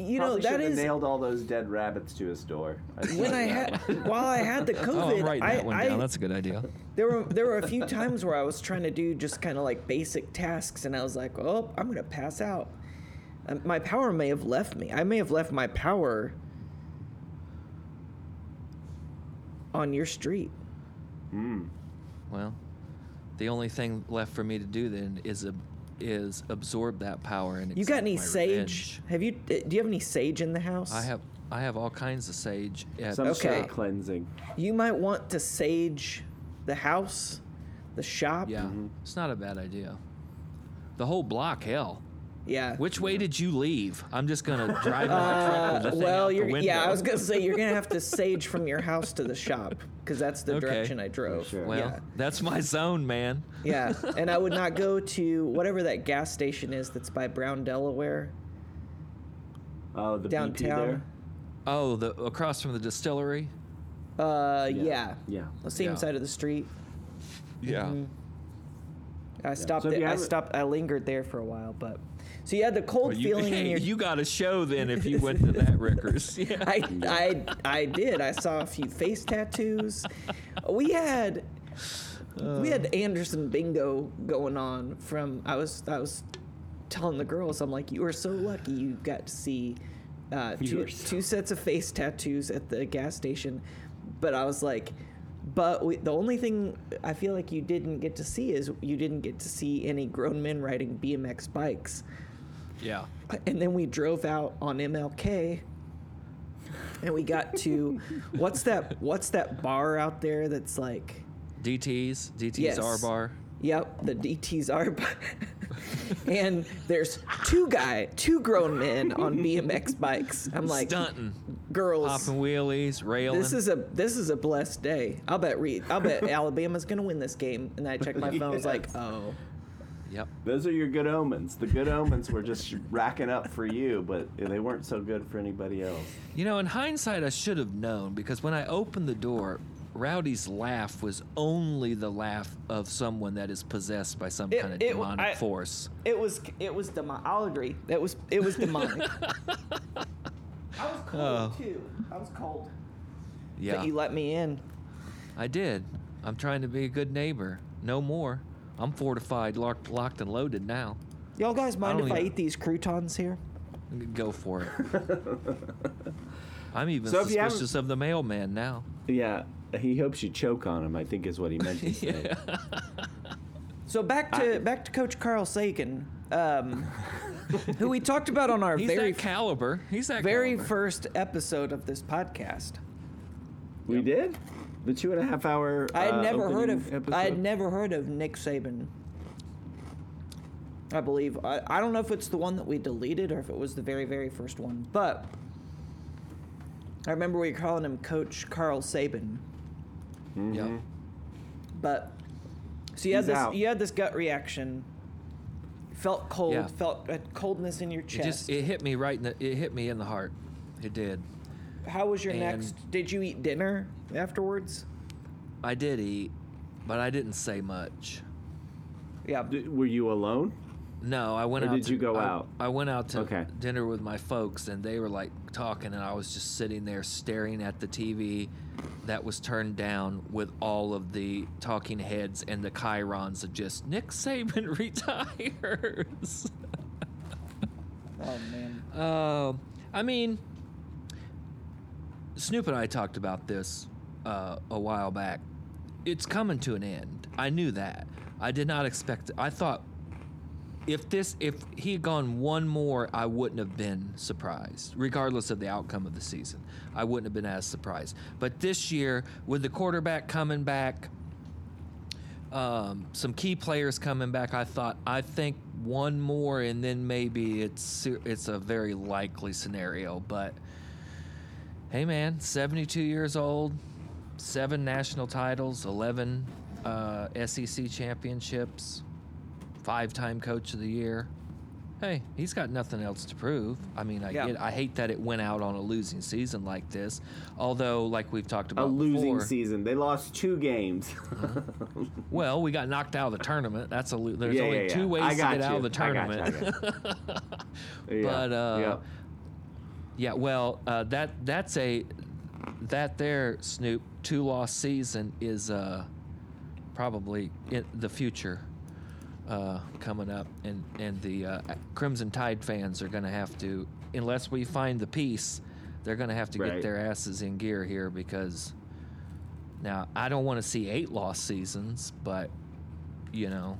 Speaker 3: you know
Speaker 1: Probably
Speaker 3: that
Speaker 1: should have
Speaker 3: is
Speaker 1: nailed all those dead rabbits to his door.
Speaker 3: when I had while I had the
Speaker 2: Oh,
Speaker 3: COVID.
Speaker 2: I'm writing
Speaker 3: I,
Speaker 2: that one
Speaker 3: I,
Speaker 2: down. That's a good idea.
Speaker 3: there were there were a few times where I was trying to do just kind of like basic tasks, and I was like, "Oh, I'm gonna pass out." Um, my power may have left me. I may have left my power on your street.
Speaker 2: Well, the only thing left for me to do then is a, is absorb that power and
Speaker 3: You got
Speaker 2: accept
Speaker 3: any
Speaker 2: my
Speaker 3: sage?
Speaker 2: revenge.
Speaker 3: Have you? uh, Do you have any sage in the house?
Speaker 2: I have I have all kinds of sage. At
Speaker 1: Some sort
Speaker 3: Okay.
Speaker 1: of cleansing.
Speaker 3: You might want to sage the house, the shop.
Speaker 2: Yeah, it's not a bad idea. The whole block, hell.
Speaker 3: Yeah.
Speaker 2: Which way did you leave? I'm just gonna drive my truck with the thing out
Speaker 3: Uh, well,
Speaker 2: the
Speaker 3: you're
Speaker 2: window.
Speaker 3: yeah. I was gonna say you're gonna have to sage from your house to the shop because that's the
Speaker 2: Okay.
Speaker 3: direction I drove.
Speaker 1: sure.
Speaker 2: Well,
Speaker 3: yeah,
Speaker 2: that's my zone, man.
Speaker 3: yeah. And I would not go to whatever that gas station is that's by Brown, Delaware,
Speaker 1: Oh, the BP
Speaker 3: downtown.
Speaker 1: there.
Speaker 2: Oh, the across from the distillery.
Speaker 3: Uh, yeah.
Speaker 1: Yeah.
Speaker 3: The same
Speaker 2: Yeah.
Speaker 3: side of the street.
Speaker 2: Yeah.
Speaker 3: Mm-hmm. I stopped.
Speaker 1: So if
Speaker 3: there-
Speaker 1: you
Speaker 3: I
Speaker 1: haven't-
Speaker 3: stopped. I lingered there for a while, but so you had the cold
Speaker 2: Well, you,
Speaker 3: feeling in
Speaker 2: hey,
Speaker 3: your.
Speaker 2: you got a show then if you went to that Rickers. Yeah.
Speaker 3: I, I, I did. I saw a few face tattoos. We had we
Speaker 1: Uh.
Speaker 3: had Anderson Bingo going on from I was I was telling the girls I'm like you are so lucky you got to see uh,
Speaker 1: You
Speaker 3: two,
Speaker 1: are so-
Speaker 3: two sets of face tattoos at the gas station, but I was like. But we, the only thing I feel like you didn't get to see is you didn't get to see any grown men riding BMX bikes.
Speaker 2: yeah.
Speaker 3: And then we drove out on MLK and we got to what's that what's that bar out there that's like
Speaker 2: DTs, DTs
Speaker 3: Yes.
Speaker 2: R bar.
Speaker 3: yep, the DT's are bar. and there's two guy, two grown men on BMX bikes. I'm like
Speaker 2: Stunting,
Speaker 3: girls
Speaker 2: popping wheelies, railing.
Speaker 3: this is a this is a blessed day. I'll bet Reed, I'll bet Alabama's gonna win this game. And I checked my phone. I was like, oh,
Speaker 2: Yep.
Speaker 1: Those are your good omens. The good omens were just racking up for you, but they weren't so good for anybody else.
Speaker 2: You know, in hindsight, I should have known because when I opened the door, Rowdy's laugh was only the laugh of someone that is possessed by some
Speaker 3: It-
Speaker 2: kind of
Speaker 3: it-
Speaker 2: demonic
Speaker 3: I-
Speaker 2: force.
Speaker 3: It was it was demonic. I'll agree. That was it was demonic. I was cold
Speaker 2: Oh.
Speaker 3: too. I was cold.
Speaker 2: Yeah,
Speaker 3: But you let me in.
Speaker 2: I did. I'm trying to be a good neighbor. No more. I'm fortified, locked, locked and loaded now.
Speaker 3: Y'all guys mind
Speaker 2: don't
Speaker 3: if I
Speaker 2: even-
Speaker 3: eat these croutons here?
Speaker 2: Go for it. I'm even
Speaker 1: So if you haven't-
Speaker 2: suspicious of the mailman now.
Speaker 1: Yeah, he hopes you choke on him. I think is what he meant to say.
Speaker 3: So back to back to Coach Carl Sagan, um, who we talked about on our
Speaker 2: He's
Speaker 3: very
Speaker 2: that caliber. He's that
Speaker 3: very
Speaker 2: caliber.
Speaker 3: first episode of this podcast.
Speaker 1: We did the two and a half hour.
Speaker 3: I had
Speaker 1: uh,
Speaker 3: never heard
Speaker 1: opening
Speaker 3: of
Speaker 1: Episode.
Speaker 3: I had never heard of Nick Saban. I believe I, I don't know if it's the one that we deleted or if it was the very very first one, but I remember we were calling him Coach Carl Saban.
Speaker 1: Mm-hmm.
Speaker 2: Yeah.
Speaker 3: But so you had
Speaker 1: He's
Speaker 3: this
Speaker 1: out.
Speaker 3: you had this gut reaction, felt cold,
Speaker 2: Yeah.
Speaker 3: felt a coldness in your
Speaker 2: It
Speaker 3: chest.
Speaker 2: just it hit me right in the it hit me in the heart. It did.
Speaker 3: How was your
Speaker 2: And-
Speaker 3: next? Did you eat dinner afterwards?
Speaker 2: I did eat, but I didn't say much.
Speaker 3: Yeah.
Speaker 1: D- Were you alone?
Speaker 2: No, I went
Speaker 1: Or
Speaker 2: out.
Speaker 1: did
Speaker 2: to-
Speaker 1: you go
Speaker 2: I-
Speaker 1: out?
Speaker 2: I went out to
Speaker 1: Okay.
Speaker 2: dinner with my folks, and they were like talking, and I was just sitting there staring at the TV that was turned down with all of the talking heads and the chirons of just Nick Saban retires.
Speaker 3: Oh man.
Speaker 2: Uh, I mean, Snoop and I talked about this uh, a while back. It's coming to an end. I knew that. I did not expect. I thought if this, if he had gone one more, I wouldn't have been surprised, regardless of the outcome of the season. I wouldn't have been as surprised. But this year, with the quarterback coming back, um, some key players coming back. I thought I think one more, and then maybe it's ser- it's a very likely scenario. But hey, man, seventy-two years old, seven national titles, eleven uh, SEC championships, five-time coach of the year. Hey, he's got nothing else to prove. I mean, I
Speaker 3: Yeah.
Speaker 2: get. I hate that it went out on a losing season like this. Although, like we've talked
Speaker 1: A
Speaker 2: about,
Speaker 1: losing
Speaker 2: before,
Speaker 1: season. They lost two games.
Speaker 2: well, we got knocked out of the tournament. That's a lo- there's
Speaker 1: yeah,
Speaker 2: only
Speaker 1: yeah, yeah.
Speaker 2: two ways
Speaker 1: I
Speaker 2: to
Speaker 1: got
Speaker 2: get
Speaker 1: you.
Speaker 2: out of the
Speaker 1: I got you,
Speaker 2: tournament.
Speaker 1: I got you. Yeah,
Speaker 2: But, uh,
Speaker 1: yeah.
Speaker 2: yeah, well, uh, that that's a that there Snoop two loss season is uh, probably in the future uh, coming up, and and the uh, Crimson Tide fans are going to have to, unless we find the peace, they're going to have to
Speaker 1: Right.
Speaker 2: get their asses in gear here because now I don't want to see eight loss seasons, but you know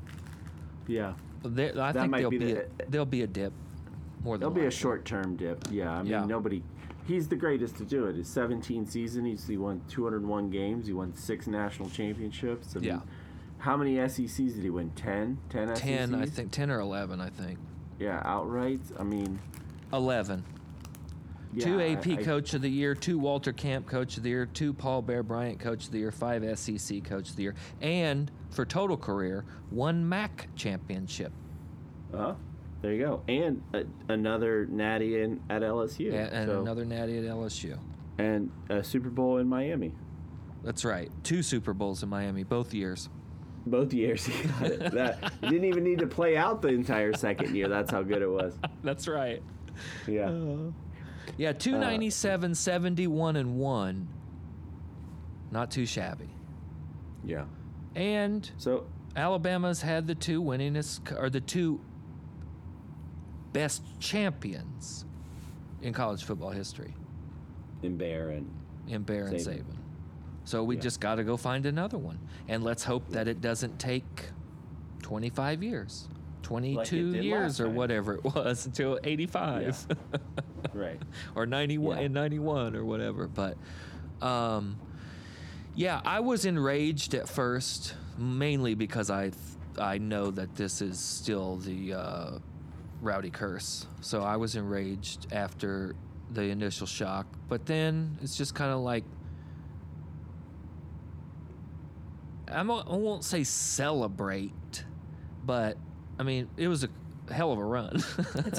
Speaker 1: yeah.
Speaker 2: There, I
Speaker 1: That
Speaker 2: think
Speaker 1: might
Speaker 2: there'll
Speaker 1: be
Speaker 2: be,
Speaker 1: the- eh,
Speaker 2: a, there'll be a dip. More than
Speaker 1: There'll be a
Speaker 2: likely.
Speaker 1: short term dip. Yeah, I mean
Speaker 2: Yeah.
Speaker 1: nobody. He's the greatest to do it. His 17 season, he's, he won 201 games. He won six national championships. I mean,
Speaker 2: Yeah.
Speaker 1: How many SECs did he win? 10? 10 SECs?
Speaker 2: ten, I think ten or eleven. I think
Speaker 1: E Yeah, outright. I mean,
Speaker 2: eleven.
Speaker 1: yeah,
Speaker 2: two
Speaker 1: I-
Speaker 2: AP
Speaker 1: I-
Speaker 2: Coach of the Year, two Walter Camp Coach of the Year, two Paul Bear Bryant Coach of the Year, five SEC Coach of the Year, and for total career, one MAC championship
Speaker 1: Uh-huh. There you go. And a, another natty in, at LSU.
Speaker 2: a- and
Speaker 1: so-
Speaker 2: another Natty at LSU.
Speaker 1: And a Super Bowl in Miami.
Speaker 2: That's right, two Super Bowls in Miami both years.
Speaker 1: Both years. he got it. that he didn't even need to play out the entire second year. That's how good it was.
Speaker 2: That's right.
Speaker 1: Yeah. Uh,
Speaker 2: Yeah, 297, 71, and one. Not too shabby.
Speaker 1: Yeah.
Speaker 2: And
Speaker 1: So
Speaker 2: Alabama's had the two winningest or the two best champions in college football history
Speaker 1: in Bear and
Speaker 2: in Bear and
Speaker 1: Saban.
Speaker 2: Saban. So we
Speaker 1: Yeah.
Speaker 2: just got to go find another one, and let's hope that it doesn't take 25 years, 22
Speaker 1: did
Speaker 2: years
Speaker 1: last
Speaker 2: or
Speaker 1: time.
Speaker 2: whatever it was until 85
Speaker 1: right.
Speaker 2: or 91
Speaker 1: Yeah.
Speaker 2: and 91 or whatever. But um, yeah, I was enraged at first, mainly because I I know that this is still the uh, rowdy curse. So I was enraged after the initial shock, but then it's just kind of like. I'm, I won't say celebrate, but I mean, it was a hell of a run.
Speaker 3: It's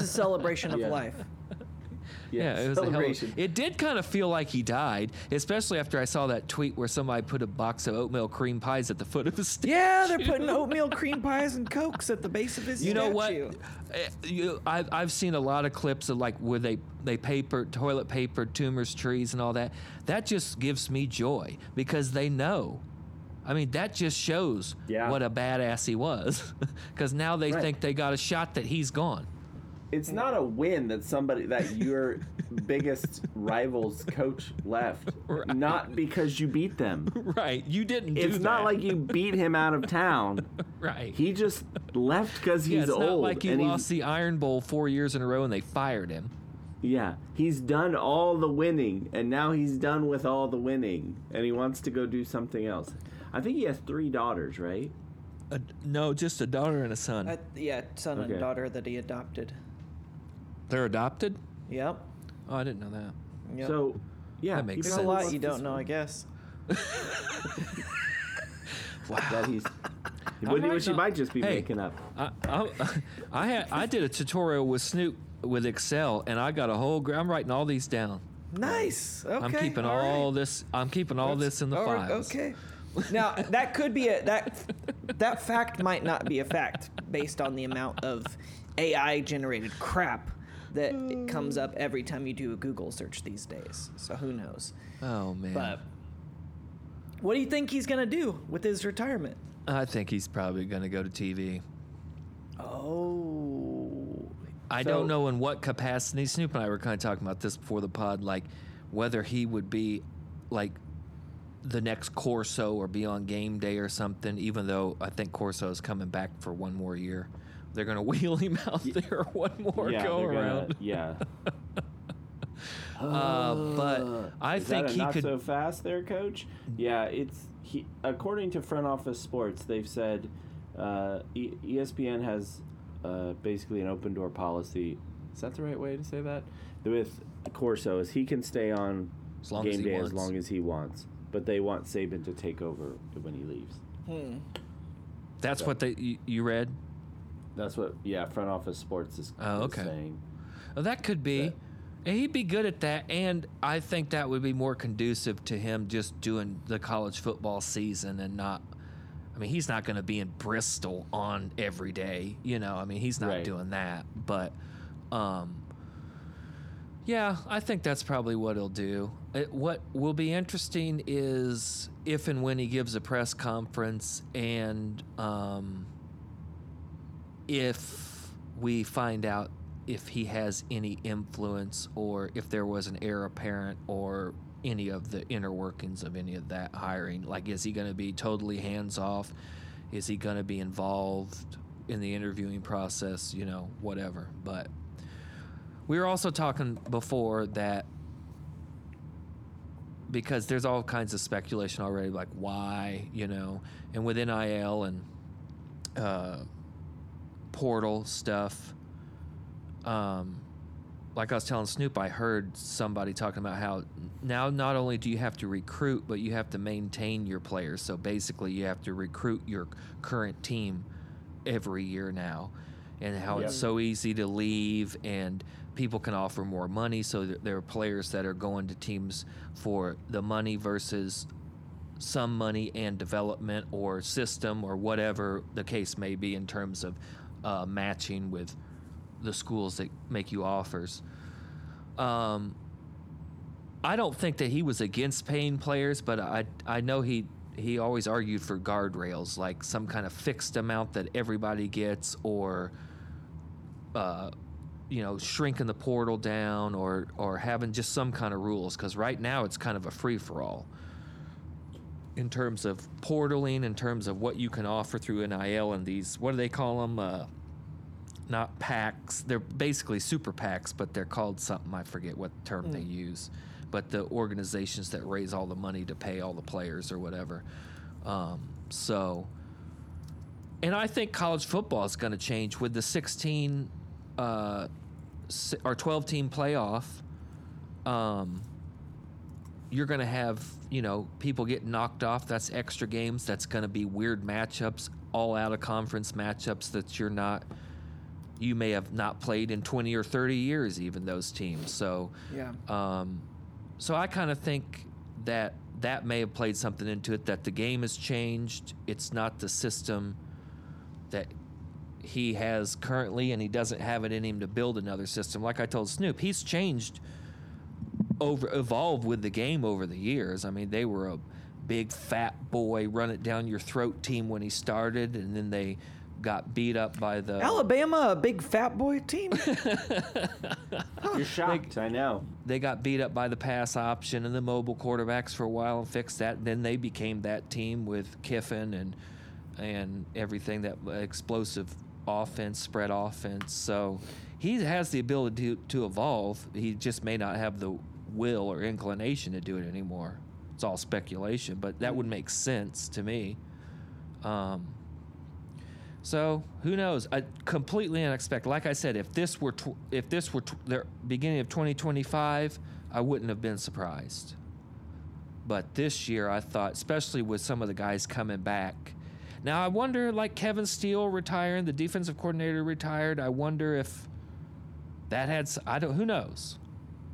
Speaker 3: a celebration of
Speaker 1: Yeah.
Speaker 3: life.
Speaker 2: yeah, it was a hell
Speaker 1: celebration.
Speaker 2: of, It did kind of feel like he died, especially after I saw that tweet where somebody put a box of oatmeal cream pies at the foot of his statue.
Speaker 3: Yeah, they're putting oatmeal cream pies and cokes at the base of his
Speaker 2: You know what?
Speaker 3: statue.
Speaker 2: Eh, you- I've, I've seen a lot of clips of like where they they paper toilet paper tumors trees and all that. That just gives me joy because they know. I mean, that just shows
Speaker 1: Yeah.
Speaker 2: what a badass he was because now they
Speaker 1: Right.
Speaker 2: think they got a shot that he's gone.
Speaker 1: It's not a win that somebody that your biggest rival's coach left,
Speaker 2: Right.
Speaker 1: not because you beat them.
Speaker 2: Right? You didn't.
Speaker 1: It's
Speaker 2: do
Speaker 1: not
Speaker 2: that.
Speaker 1: like you beat him out of town.
Speaker 2: right.
Speaker 1: He just left because he's
Speaker 2: yeah, it's
Speaker 1: old.
Speaker 2: not like you
Speaker 1: and he's-
Speaker 2: lost the Iron Bowl four years in a row and they fired him.
Speaker 1: Yeah, he's done all the winning, and now he's done with all the winning, and he wants to go do something else. I think he has three daughters, right?
Speaker 2: A, no, just a daughter and a son.
Speaker 3: Uh, yeah, son
Speaker 1: Okay.
Speaker 3: and daughter that he adopted.
Speaker 2: They're adopted.
Speaker 3: Yep.
Speaker 2: Oh, I didn't know that.
Speaker 3: yep.
Speaker 1: So, yeah,
Speaker 2: That makes
Speaker 1: he
Speaker 3: there's a
Speaker 2: sense.
Speaker 1: left
Speaker 3: lot you
Speaker 1: this
Speaker 3: don't know, I
Speaker 1: one
Speaker 3: guess.
Speaker 1: That he's,
Speaker 2: I
Speaker 1: which
Speaker 2: might
Speaker 1: which he
Speaker 2: not-
Speaker 1: might just be
Speaker 2: Hey.
Speaker 1: making up.
Speaker 2: I, I, I had I did a tutorial with Snoop with Excel, and I got a whole. gra- I'm writing all these down.
Speaker 3: Nice. Okay.
Speaker 2: I'm keeping all,
Speaker 3: right.
Speaker 2: this. I'm keeping all
Speaker 3: That's-
Speaker 2: this in the
Speaker 3: all right,
Speaker 2: files.
Speaker 3: Okay. Now that could be a that that fact might not be a fact based on the amount of AI generated crap that comes up every time you do a Google search these days. So who knows?
Speaker 2: Oh man,
Speaker 3: But what do you think he's gonna do with his retirement?
Speaker 2: I think he's probably going to go to TV.
Speaker 3: Oh,
Speaker 2: I
Speaker 1: So-
Speaker 2: don't know in what capacity. Snoop and I were kind of talking about this before the pod, like whether he would be like the next Corso or be on game day or something. Even though I think Corso is coming back for one more year, they're going to wheel him out there one more
Speaker 1: yeah,
Speaker 2: go
Speaker 1: they're gonna-
Speaker 2: around.
Speaker 1: yeah.
Speaker 2: Uh,
Speaker 1: Uh,
Speaker 2: but I
Speaker 1: is that
Speaker 2: think
Speaker 1: a
Speaker 2: he
Speaker 1: not
Speaker 2: could.
Speaker 1: so fast there, coach. Yeah, it's he. According to front office sports, they've said uh, E- ESPN has uh, basically an open door policy. Is that the right way to say that? With Corso, is he can stay on
Speaker 2: As long
Speaker 1: game
Speaker 2: as he
Speaker 1: day as
Speaker 2: wants.
Speaker 1: long as he wants, but they want Saban to take over when he leaves. Hmm.
Speaker 2: that's what they you, you read.
Speaker 1: That's what. Yeah, front office sports is,
Speaker 2: Oh,
Speaker 1: is
Speaker 2: okay.
Speaker 1: saying.
Speaker 2: Oh, that could be.
Speaker 1: That-
Speaker 2: And he'd be good at that, and I think that would be more conducive to him just doing the college football season and not. I mean, he's not going to be in Bristol on every day, you know. I mean, he's not
Speaker 1: Right.
Speaker 2: doing that, but, um, yeah, I think that's probably what he'll do. It, what will be interesting is if and when he gives a press conference, and um, if we find out if he has any influence or if there was an heir apparent or any of the inner workings of any of that hiring. Like, is he going to be totally hands off? Is he going to be involved in the interviewing process? You know, whatever. But we were also talking before that because there's all kinds of speculation already, like why, you know, and with NIL and uh, portal stuff. Um, like I was telling Snoop, I heard somebody talking about how now not only do you have to recruit, but you have to maintain your players. So basically, you have to recruit your current team every year now, and how it's
Speaker 1: Yep.
Speaker 2: so easy to leave, and people can offer more money. So th- there are players that are going to teams for the money versus some money and development or system or whatever the case may be in terms of uh, matching with the schools that make you offers. Um, I don't think that he was against paying players, but I I know he he always argued for guardrails, like some kind of fixed amount that everybody gets, or uh, you know, shrinking the portal down, or or having just some kind of rules. Because right now it's kind of a free for all in terms of portaling, in terms of what you can offer through NIL and these what do they call them? Uh, not packs. They're basically super packs, but they're called something. I forget what term they use. But the organizations that raise all the money to pay all the players or whatever. Um, so, and I think college football is going to change with the 16 uh, si- or 12 team playoff. Um, you're going to have, you know, people get knocked off. That's extra games. That's going to be weird matchups, all out of conference matchups that you're not, you may have not played in 20 or 30 years, even those teams. So,
Speaker 3: Yeah.
Speaker 2: um, so I kind of think that that may have played something into it. That the game has changed. It's not the system that he has currently, and he doesn't have it in him to build another system. Like I told Snoop, he's changed, over evolved with the game over the years. I mean, they were a big fat boy, run it down your throat team when he started, and then they got beat up by the
Speaker 3: Alabama, a big fat boy team.
Speaker 1: You're shocked. I know.
Speaker 2: they got beat up by the pass option and the mobile quarterbacks for a while and fixed that. And then they became that team with Kiffin and and everything that explosive offense, spread offense. So he has the ability to, to evolve. He just may not have the will or inclination to do it anymore. It's all speculation, but that would make sense to me. Um, so who knows? I completely unexpected. Like I said, if this were tw- if this were tw- the beginning of 2025, I wouldn't have been surprised. But this year, I thought, especially with some of the guys coming back. Now I wonder, like Kevin Steele retiring, the defensive coordinator retired. I wonder if that had. s- I don't. Who knows?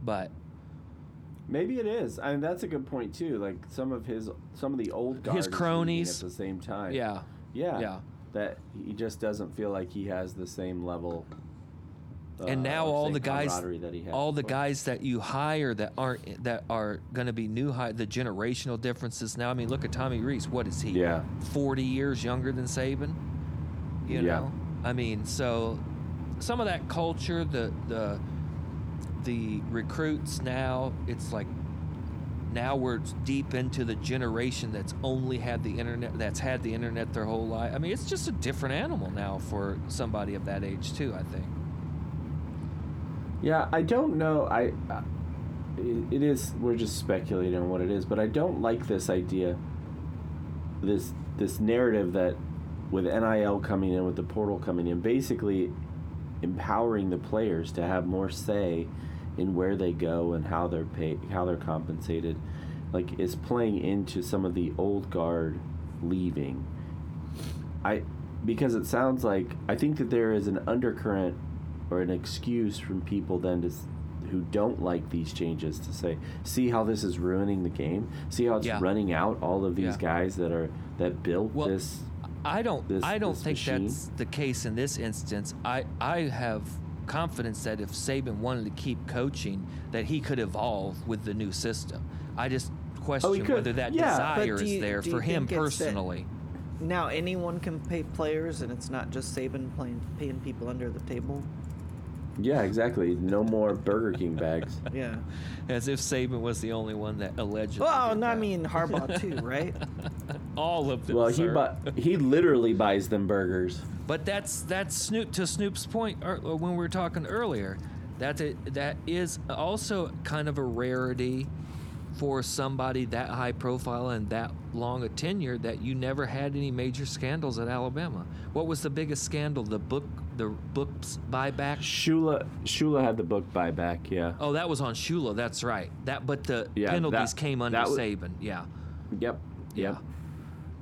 Speaker 2: But
Speaker 1: Maybe it is. I mean, that's a good point too. Like some of his, some of the old guard
Speaker 2: His
Speaker 1: is leaving
Speaker 2: cronies.
Speaker 1: at the same time.
Speaker 2: yeah,
Speaker 1: yeah,
Speaker 2: yeah.
Speaker 1: That he just doesn't feel like he has the same level. uh,
Speaker 2: And now
Speaker 1: or
Speaker 2: all
Speaker 1: same
Speaker 2: the guys-
Speaker 1: camaraderie that he had
Speaker 2: all the
Speaker 1: before.
Speaker 2: guys that you hire that aren't that are going to be new high the generational differences now i mean look at tommy reese what is he
Speaker 1: Yeah.
Speaker 2: 40 years younger than saban you
Speaker 1: Yeah.
Speaker 2: know i mean so some of that culture the the the recruits now it's like now we're deep into the generation that's only had the internet that's had the internet their whole life i mean it's just a different animal now for somebody of that age too i think
Speaker 1: Yeah, I don't know. I, I it, it is we're just speculating on what it is, but I don't like this idea. This this narrative that with NIL coming in, with the portal coming in, basically empowering the players to have more say in where they go and how they're paid, how they're compensated, like is playing into some of the old guard leaving. I because it sounds like I think that there is an undercurrent or an excuse from people then to s- who don't like these changes to say, see how this is ruining the game, see how it's
Speaker 2: Yeah.
Speaker 1: running out all of these
Speaker 2: Yeah.
Speaker 1: guys that are that built
Speaker 2: Well,
Speaker 1: this.
Speaker 2: I don't.
Speaker 1: this-
Speaker 2: I don't
Speaker 1: this
Speaker 2: think
Speaker 1: machine?
Speaker 2: that's the case in this instance. I I have confidence that if Saban wanted to keep coaching, that he could evolve with the new system. I just
Speaker 3: Oh,
Speaker 2: question
Speaker 1: could.
Speaker 2: whether that
Speaker 1: Yeah. But
Speaker 2: desire
Speaker 3: do
Speaker 2: is
Speaker 3: you-
Speaker 2: there
Speaker 3: do
Speaker 2: for
Speaker 3: you
Speaker 2: him
Speaker 3: think it's that-
Speaker 2: personally.
Speaker 3: now anyone can pay players, and it's not just Saban playing, paying people under the table.
Speaker 1: Yeah, exactly. No more Burger King bags.
Speaker 3: Yeah.
Speaker 2: As if Saban was the only one that allegedly.
Speaker 3: Well,
Speaker 2: did
Speaker 3: no, I
Speaker 2: that.
Speaker 3: mean Harbaugh too, right?
Speaker 2: all of them.
Speaker 1: Well, he
Speaker 2: sir.
Speaker 1: bu- he literally buys them burgers.
Speaker 2: But that's that's Snoop to Snoop's point er, when we were talking earlier. That it- that is also kind of a rarity for somebody that high profile and that long a tenure that you never had any major scandals at Alabama. What was the biggest scandal? The book the books buyback.
Speaker 1: Shula Shula had the book buyback. Yeah.
Speaker 2: Oh, that was on Shula. That's right. That but the
Speaker 1: Yeah,
Speaker 2: penalties
Speaker 1: that-
Speaker 2: came under
Speaker 1: that was-
Speaker 2: Saban. Yeah,
Speaker 1: Yep.
Speaker 2: yeah.
Speaker 1: Yep.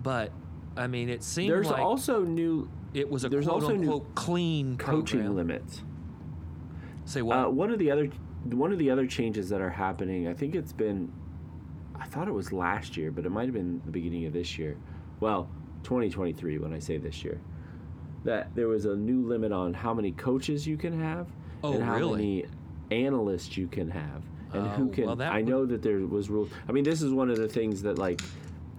Speaker 2: But I mean, it seemed
Speaker 1: There's
Speaker 2: like
Speaker 1: also new
Speaker 2: it was a
Speaker 1: there's
Speaker 2: quote
Speaker 1: also new
Speaker 2: unquote clean
Speaker 1: coaching
Speaker 2: program.
Speaker 1: limits.
Speaker 2: Say what?
Speaker 1: Uh, one of the other one of the other changes that are happening, I think it's been, I thought it was last year, but it might have been the beginning of this year. Well, 2023 when I say this year, that there was a new limit on how many coaches you can have
Speaker 2: Oh,
Speaker 1: and how
Speaker 2: really?
Speaker 1: many analysts you can have and
Speaker 2: Oh,
Speaker 1: who can.
Speaker 2: well, that
Speaker 1: I
Speaker 2: would-
Speaker 1: know that there was rules. I mean, this is one of the things that like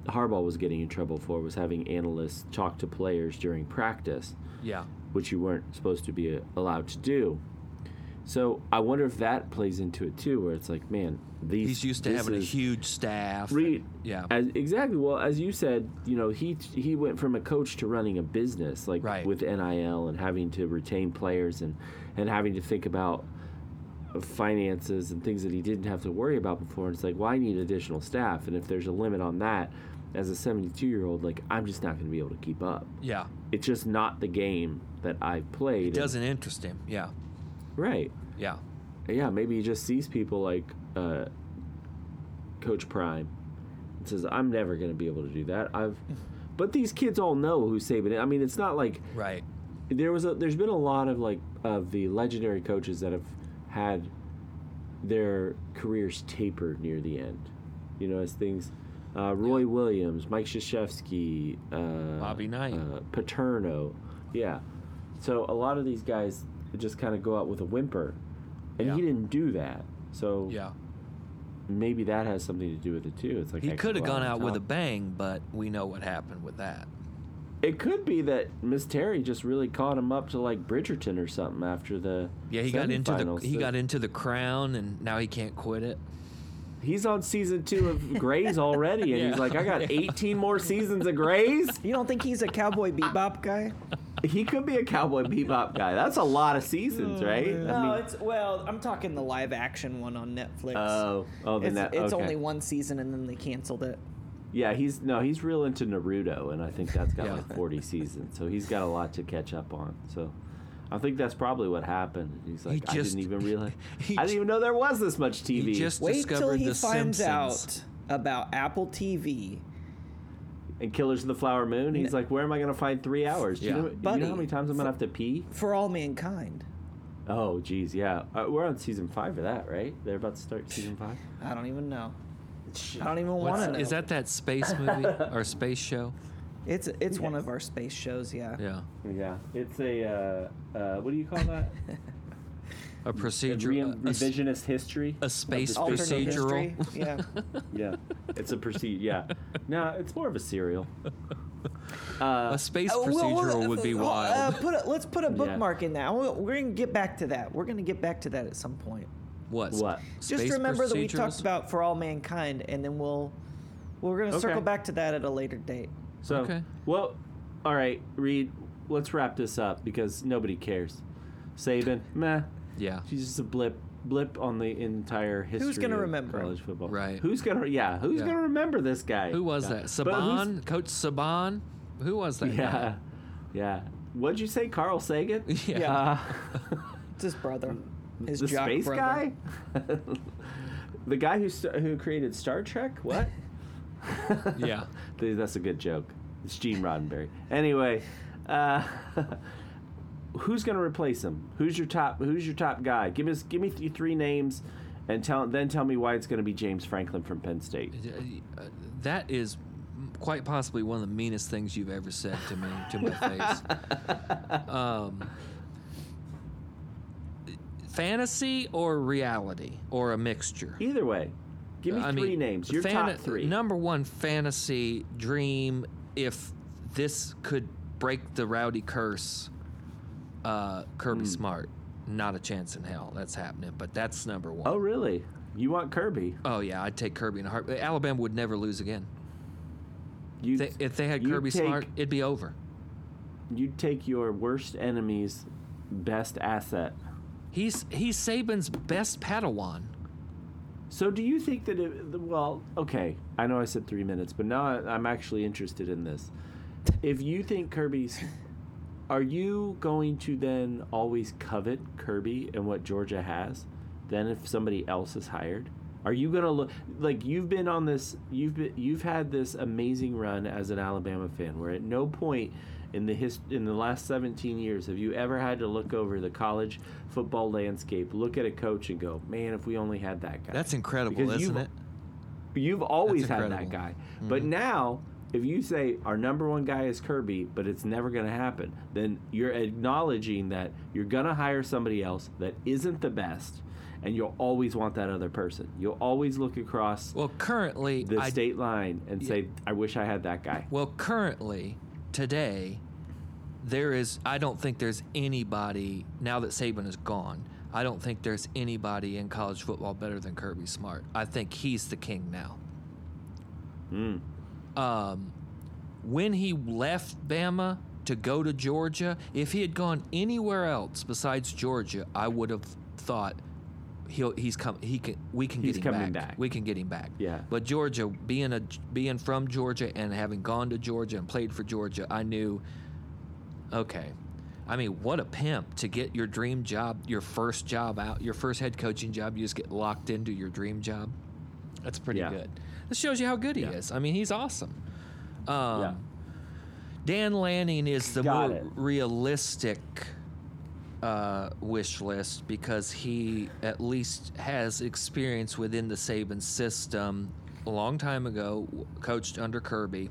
Speaker 1: Harbaugh was getting in trouble for was having analysts talk to players during practice
Speaker 2: yeah.
Speaker 1: which you weren't supposed to be uh, allowed to do. So I wonder if that plays into it too, where it's like, man, these
Speaker 2: He's used to
Speaker 1: this
Speaker 2: having a
Speaker 1: is-
Speaker 2: huge staff.
Speaker 1: Re-
Speaker 2: yeah.
Speaker 1: as, exactly. Well, as you said, you know, he he went from a coach to running a business, like
Speaker 2: Right.
Speaker 1: with NIL and having to retain players and and having to think about uh, finances and things that he didn't have to worry about before. And it's like, well, I need additional staff, and if there's a limit on that, as a 72 year old, like I'm just not going to be able to keep up.
Speaker 2: yeah.
Speaker 1: It's just not the game that I've played.
Speaker 2: It doesn't interest him. Yeah.
Speaker 1: Right.
Speaker 2: Yeah.
Speaker 1: Yeah, maybe he just sees people like uh, Coach Prime and says, "I'm never going to be able to do that." I've, but these kids all know who Saban. Is. I mean, it's not like
Speaker 2: Right.
Speaker 1: there was a there's been a lot of like of the legendary coaches that have had their careers taper near the end you know as things uh, roy williams mike sheshewski uh,
Speaker 2: Bobby Knight.
Speaker 1: uh, paterno yeah so a lot of these guys just kind of go out with a whimper and he
Speaker 2: Yeah.
Speaker 1: didn't do that so
Speaker 2: Yeah.
Speaker 1: maybe that has something to do with it too it's like
Speaker 2: He
Speaker 1: I
Speaker 2: could have
Speaker 1: go
Speaker 2: gone
Speaker 1: on
Speaker 2: out with a
Speaker 1: top.
Speaker 2: bang, but we know what happened with that.
Speaker 1: It could be that Miss Terry just really caught him up to like Bridgerton or something after the
Speaker 2: Yeah, he got into the
Speaker 1: semifinals.
Speaker 2: he
Speaker 1: So
Speaker 2: got into the crown, and now he can't quit it.
Speaker 1: He's on season two of Grays already, and he's
Speaker 2: Yeah.
Speaker 1: like, I got 18 more seasons of Grays.
Speaker 3: You don't think he's a cowboy bebop guy?
Speaker 1: He could be a Cowboy Bebop guy. That's a lot of seasons,
Speaker 2: Oh,
Speaker 1: right? I
Speaker 3: No,
Speaker 1: mean-
Speaker 3: it's well, I'm talking the live action one on Netflix.
Speaker 1: oh, oh, then
Speaker 3: it's
Speaker 1: that,
Speaker 3: it's
Speaker 1: okay.
Speaker 3: only one season and then they canceled it.
Speaker 1: Yeah, he's no, he's real into Naruto, and I think that's got
Speaker 2: Yeah.
Speaker 1: like 40 seasons, so he's got a lot to catch up on. So. I think that's probably what happened. He's like, I
Speaker 2: just-
Speaker 1: didn't even realize.
Speaker 2: he
Speaker 1: I didn't
Speaker 2: ju-
Speaker 1: even know there was this much TV.
Speaker 2: just-
Speaker 3: Wait till
Speaker 2: Discovered
Speaker 3: he
Speaker 2: The
Speaker 3: finds
Speaker 2: Simpsons.
Speaker 3: out about Apple TV.
Speaker 1: and Killers of the Flower Moon. He's like, where am I going to find three hours? Do
Speaker 2: Yeah.
Speaker 1: you, know, do you
Speaker 3: Buddy.
Speaker 1: know how many times I'm going to have to pee?
Speaker 3: For all mankind.
Speaker 1: Oh, geez, yeah. Uh, we're on season five of that, right? They're about to start season five.
Speaker 3: I don't even know. I don't even want to
Speaker 2: What's,
Speaker 3: know.
Speaker 2: is that that space movie or space show?
Speaker 3: It's it's one
Speaker 1: Yes.
Speaker 3: of our space shows, yeah.
Speaker 2: Yeah,
Speaker 1: Yeah, it's a uh, uh, what do you call that?
Speaker 2: a
Speaker 1: A
Speaker 2: procedure,
Speaker 1: re-
Speaker 2: uh, a- a s-
Speaker 1: revisionist history.
Speaker 2: a space
Speaker 1: Of the
Speaker 3: Alternate
Speaker 1: space
Speaker 2: procedure. procedural.
Speaker 3: history,
Speaker 1: Yeah,
Speaker 3: Yeah.
Speaker 1: it's a proceed. Yeah, no, it's more of a serial. Uh,
Speaker 2: a space
Speaker 3: Oh, well,
Speaker 2: procedural
Speaker 3: well,
Speaker 2: would be
Speaker 3: uh,
Speaker 2: wild.
Speaker 3: Uh, put a, let's put a bookmark in that. We're, we're gonna get back to that. We're gonna get back to that at some point.
Speaker 2: what?
Speaker 1: What?
Speaker 3: Just
Speaker 2: space
Speaker 3: remember that we talked
Speaker 2: procedurals?
Speaker 3: about for all mankind, and then we'll we're gonna
Speaker 1: Okay.
Speaker 3: circle back to that at a later date.
Speaker 1: so,
Speaker 2: okay.
Speaker 1: well, all right, Reed. Let's wrap this up because nobody cares. Saban, meh.
Speaker 2: Yeah.
Speaker 1: She's just a blip, blip on the entire history.
Speaker 3: gonna
Speaker 1: of
Speaker 3: remember him?
Speaker 1: college football?
Speaker 2: Right.
Speaker 1: Who's gonna? Yeah. Who's
Speaker 2: Yeah.
Speaker 1: gonna remember this guy?
Speaker 2: Who was
Speaker 1: Yeah.
Speaker 2: that?
Speaker 1: But who's-
Speaker 2: Saban, Coach Saban. Who was that?
Speaker 1: Yeah. Yeah. What'd you say, Carl Sagan?
Speaker 2: Yeah.
Speaker 1: Uh,
Speaker 3: It's his brother, his
Speaker 1: the
Speaker 3: jock
Speaker 1: space
Speaker 3: brother.
Speaker 1: guy? the guy who st- who created Star Trek? What?
Speaker 2: guy? Yeah.
Speaker 1: Th- That's a good joke. It's Gene Roddenberry. Anyway, uh, who's going to replace him? Who's your top who's your top guy? Give us give me th- three names and tell then tell me why it's going to be James Franklin from Penn State.
Speaker 2: Uh, That is quite possibly one of the meanest things you've ever said to me to my face. Um, fantasy or reality or a mixture.
Speaker 1: Either way, give me
Speaker 2: I
Speaker 1: three
Speaker 2: mean,
Speaker 1: names. Your
Speaker 2: fan-
Speaker 1: top 3.
Speaker 2: Number one fantasy dream. If this could break the rowdy curse, uh, Kirby
Speaker 1: Hmm.
Speaker 2: Smart, not a chance in hell. That's happening. But that's number one.
Speaker 1: Oh, really? You want Kirby?
Speaker 2: Oh yeah, I'd take Kirby in a heart. Alabama would never lose again.
Speaker 1: You
Speaker 2: They, if they had
Speaker 1: you
Speaker 2: Kirby
Speaker 1: take-
Speaker 2: Smart, it'd be over.
Speaker 1: You'd take your worst enemy's best asset.
Speaker 2: He's he's Saban's best Padawan.
Speaker 1: So, do you think that it, the- well, okay, I know I said three minutes, but now I- I'm actually interested in this. If you think Kirby's, are you going to then always covet Kirby and what Georgia has? Then, if somebody else is hired, are you gonna look like you've been on this? You've been you've had this amazing run as an Alabama fan, where at no point in the his, in the last 17 years have you ever had to look over the college football landscape, look at a coach, and go, "Man, if we only had that guy."
Speaker 2: That's incredible,
Speaker 1: Because
Speaker 2: isn't
Speaker 1: you-
Speaker 2: it?
Speaker 1: You've always
Speaker 2: That's
Speaker 1: had that
Speaker 2: incredible.
Speaker 1: guy. But now, if you say our number one guy is Kirby, but it's never going to happen, then you're acknowledging that you're going to hire somebody else that isn't the best, and you'll always want that other person. You'll always look across
Speaker 2: Well, currently,
Speaker 1: the
Speaker 2: I,
Speaker 1: state line and say, I wish I had that guy.
Speaker 2: well, currently today, there is. I don't think there's anybody now that Saban is gone. I don't think there's anybody in college football better than Kirby Smart. I think he's the king now.
Speaker 1: Mm.
Speaker 2: um, when he left Bama to go to Georgia, if he had gone anywhere else besides Georgia, I would have thought he'll he's come he can we can
Speaker 1: He's
Speaker 2: get him
Speaker 1: coming
Speaker 2: back.
Speaker 1: back.
Speaker 2: we can get him back.
Speaker 1: Yeah.
Speaker 2: But Georgia, being a being from Georgia and having gone to Georgia and played for Georgia, I knew. Okay, I mean, what a pimp to get your dream job, your first job out, your first head coaching job. You just get locked into your dream job. That's pretty
Speaker 1: Yeah.
Speaker 2: good. This shows you how good he
Speaker 1: Yeah.
Speaker 2: is. I mean, he's awesome. Um,
Speaker 1: Yeah.
Speaker 2: Dan Lanning is the
Speaker 1: Got
Speaker 2: more
Speaker 1: it.
Speaker 2: realistic uh, wish list because he at least has experience within the Saban system a long time ago, w- coached under Kirby.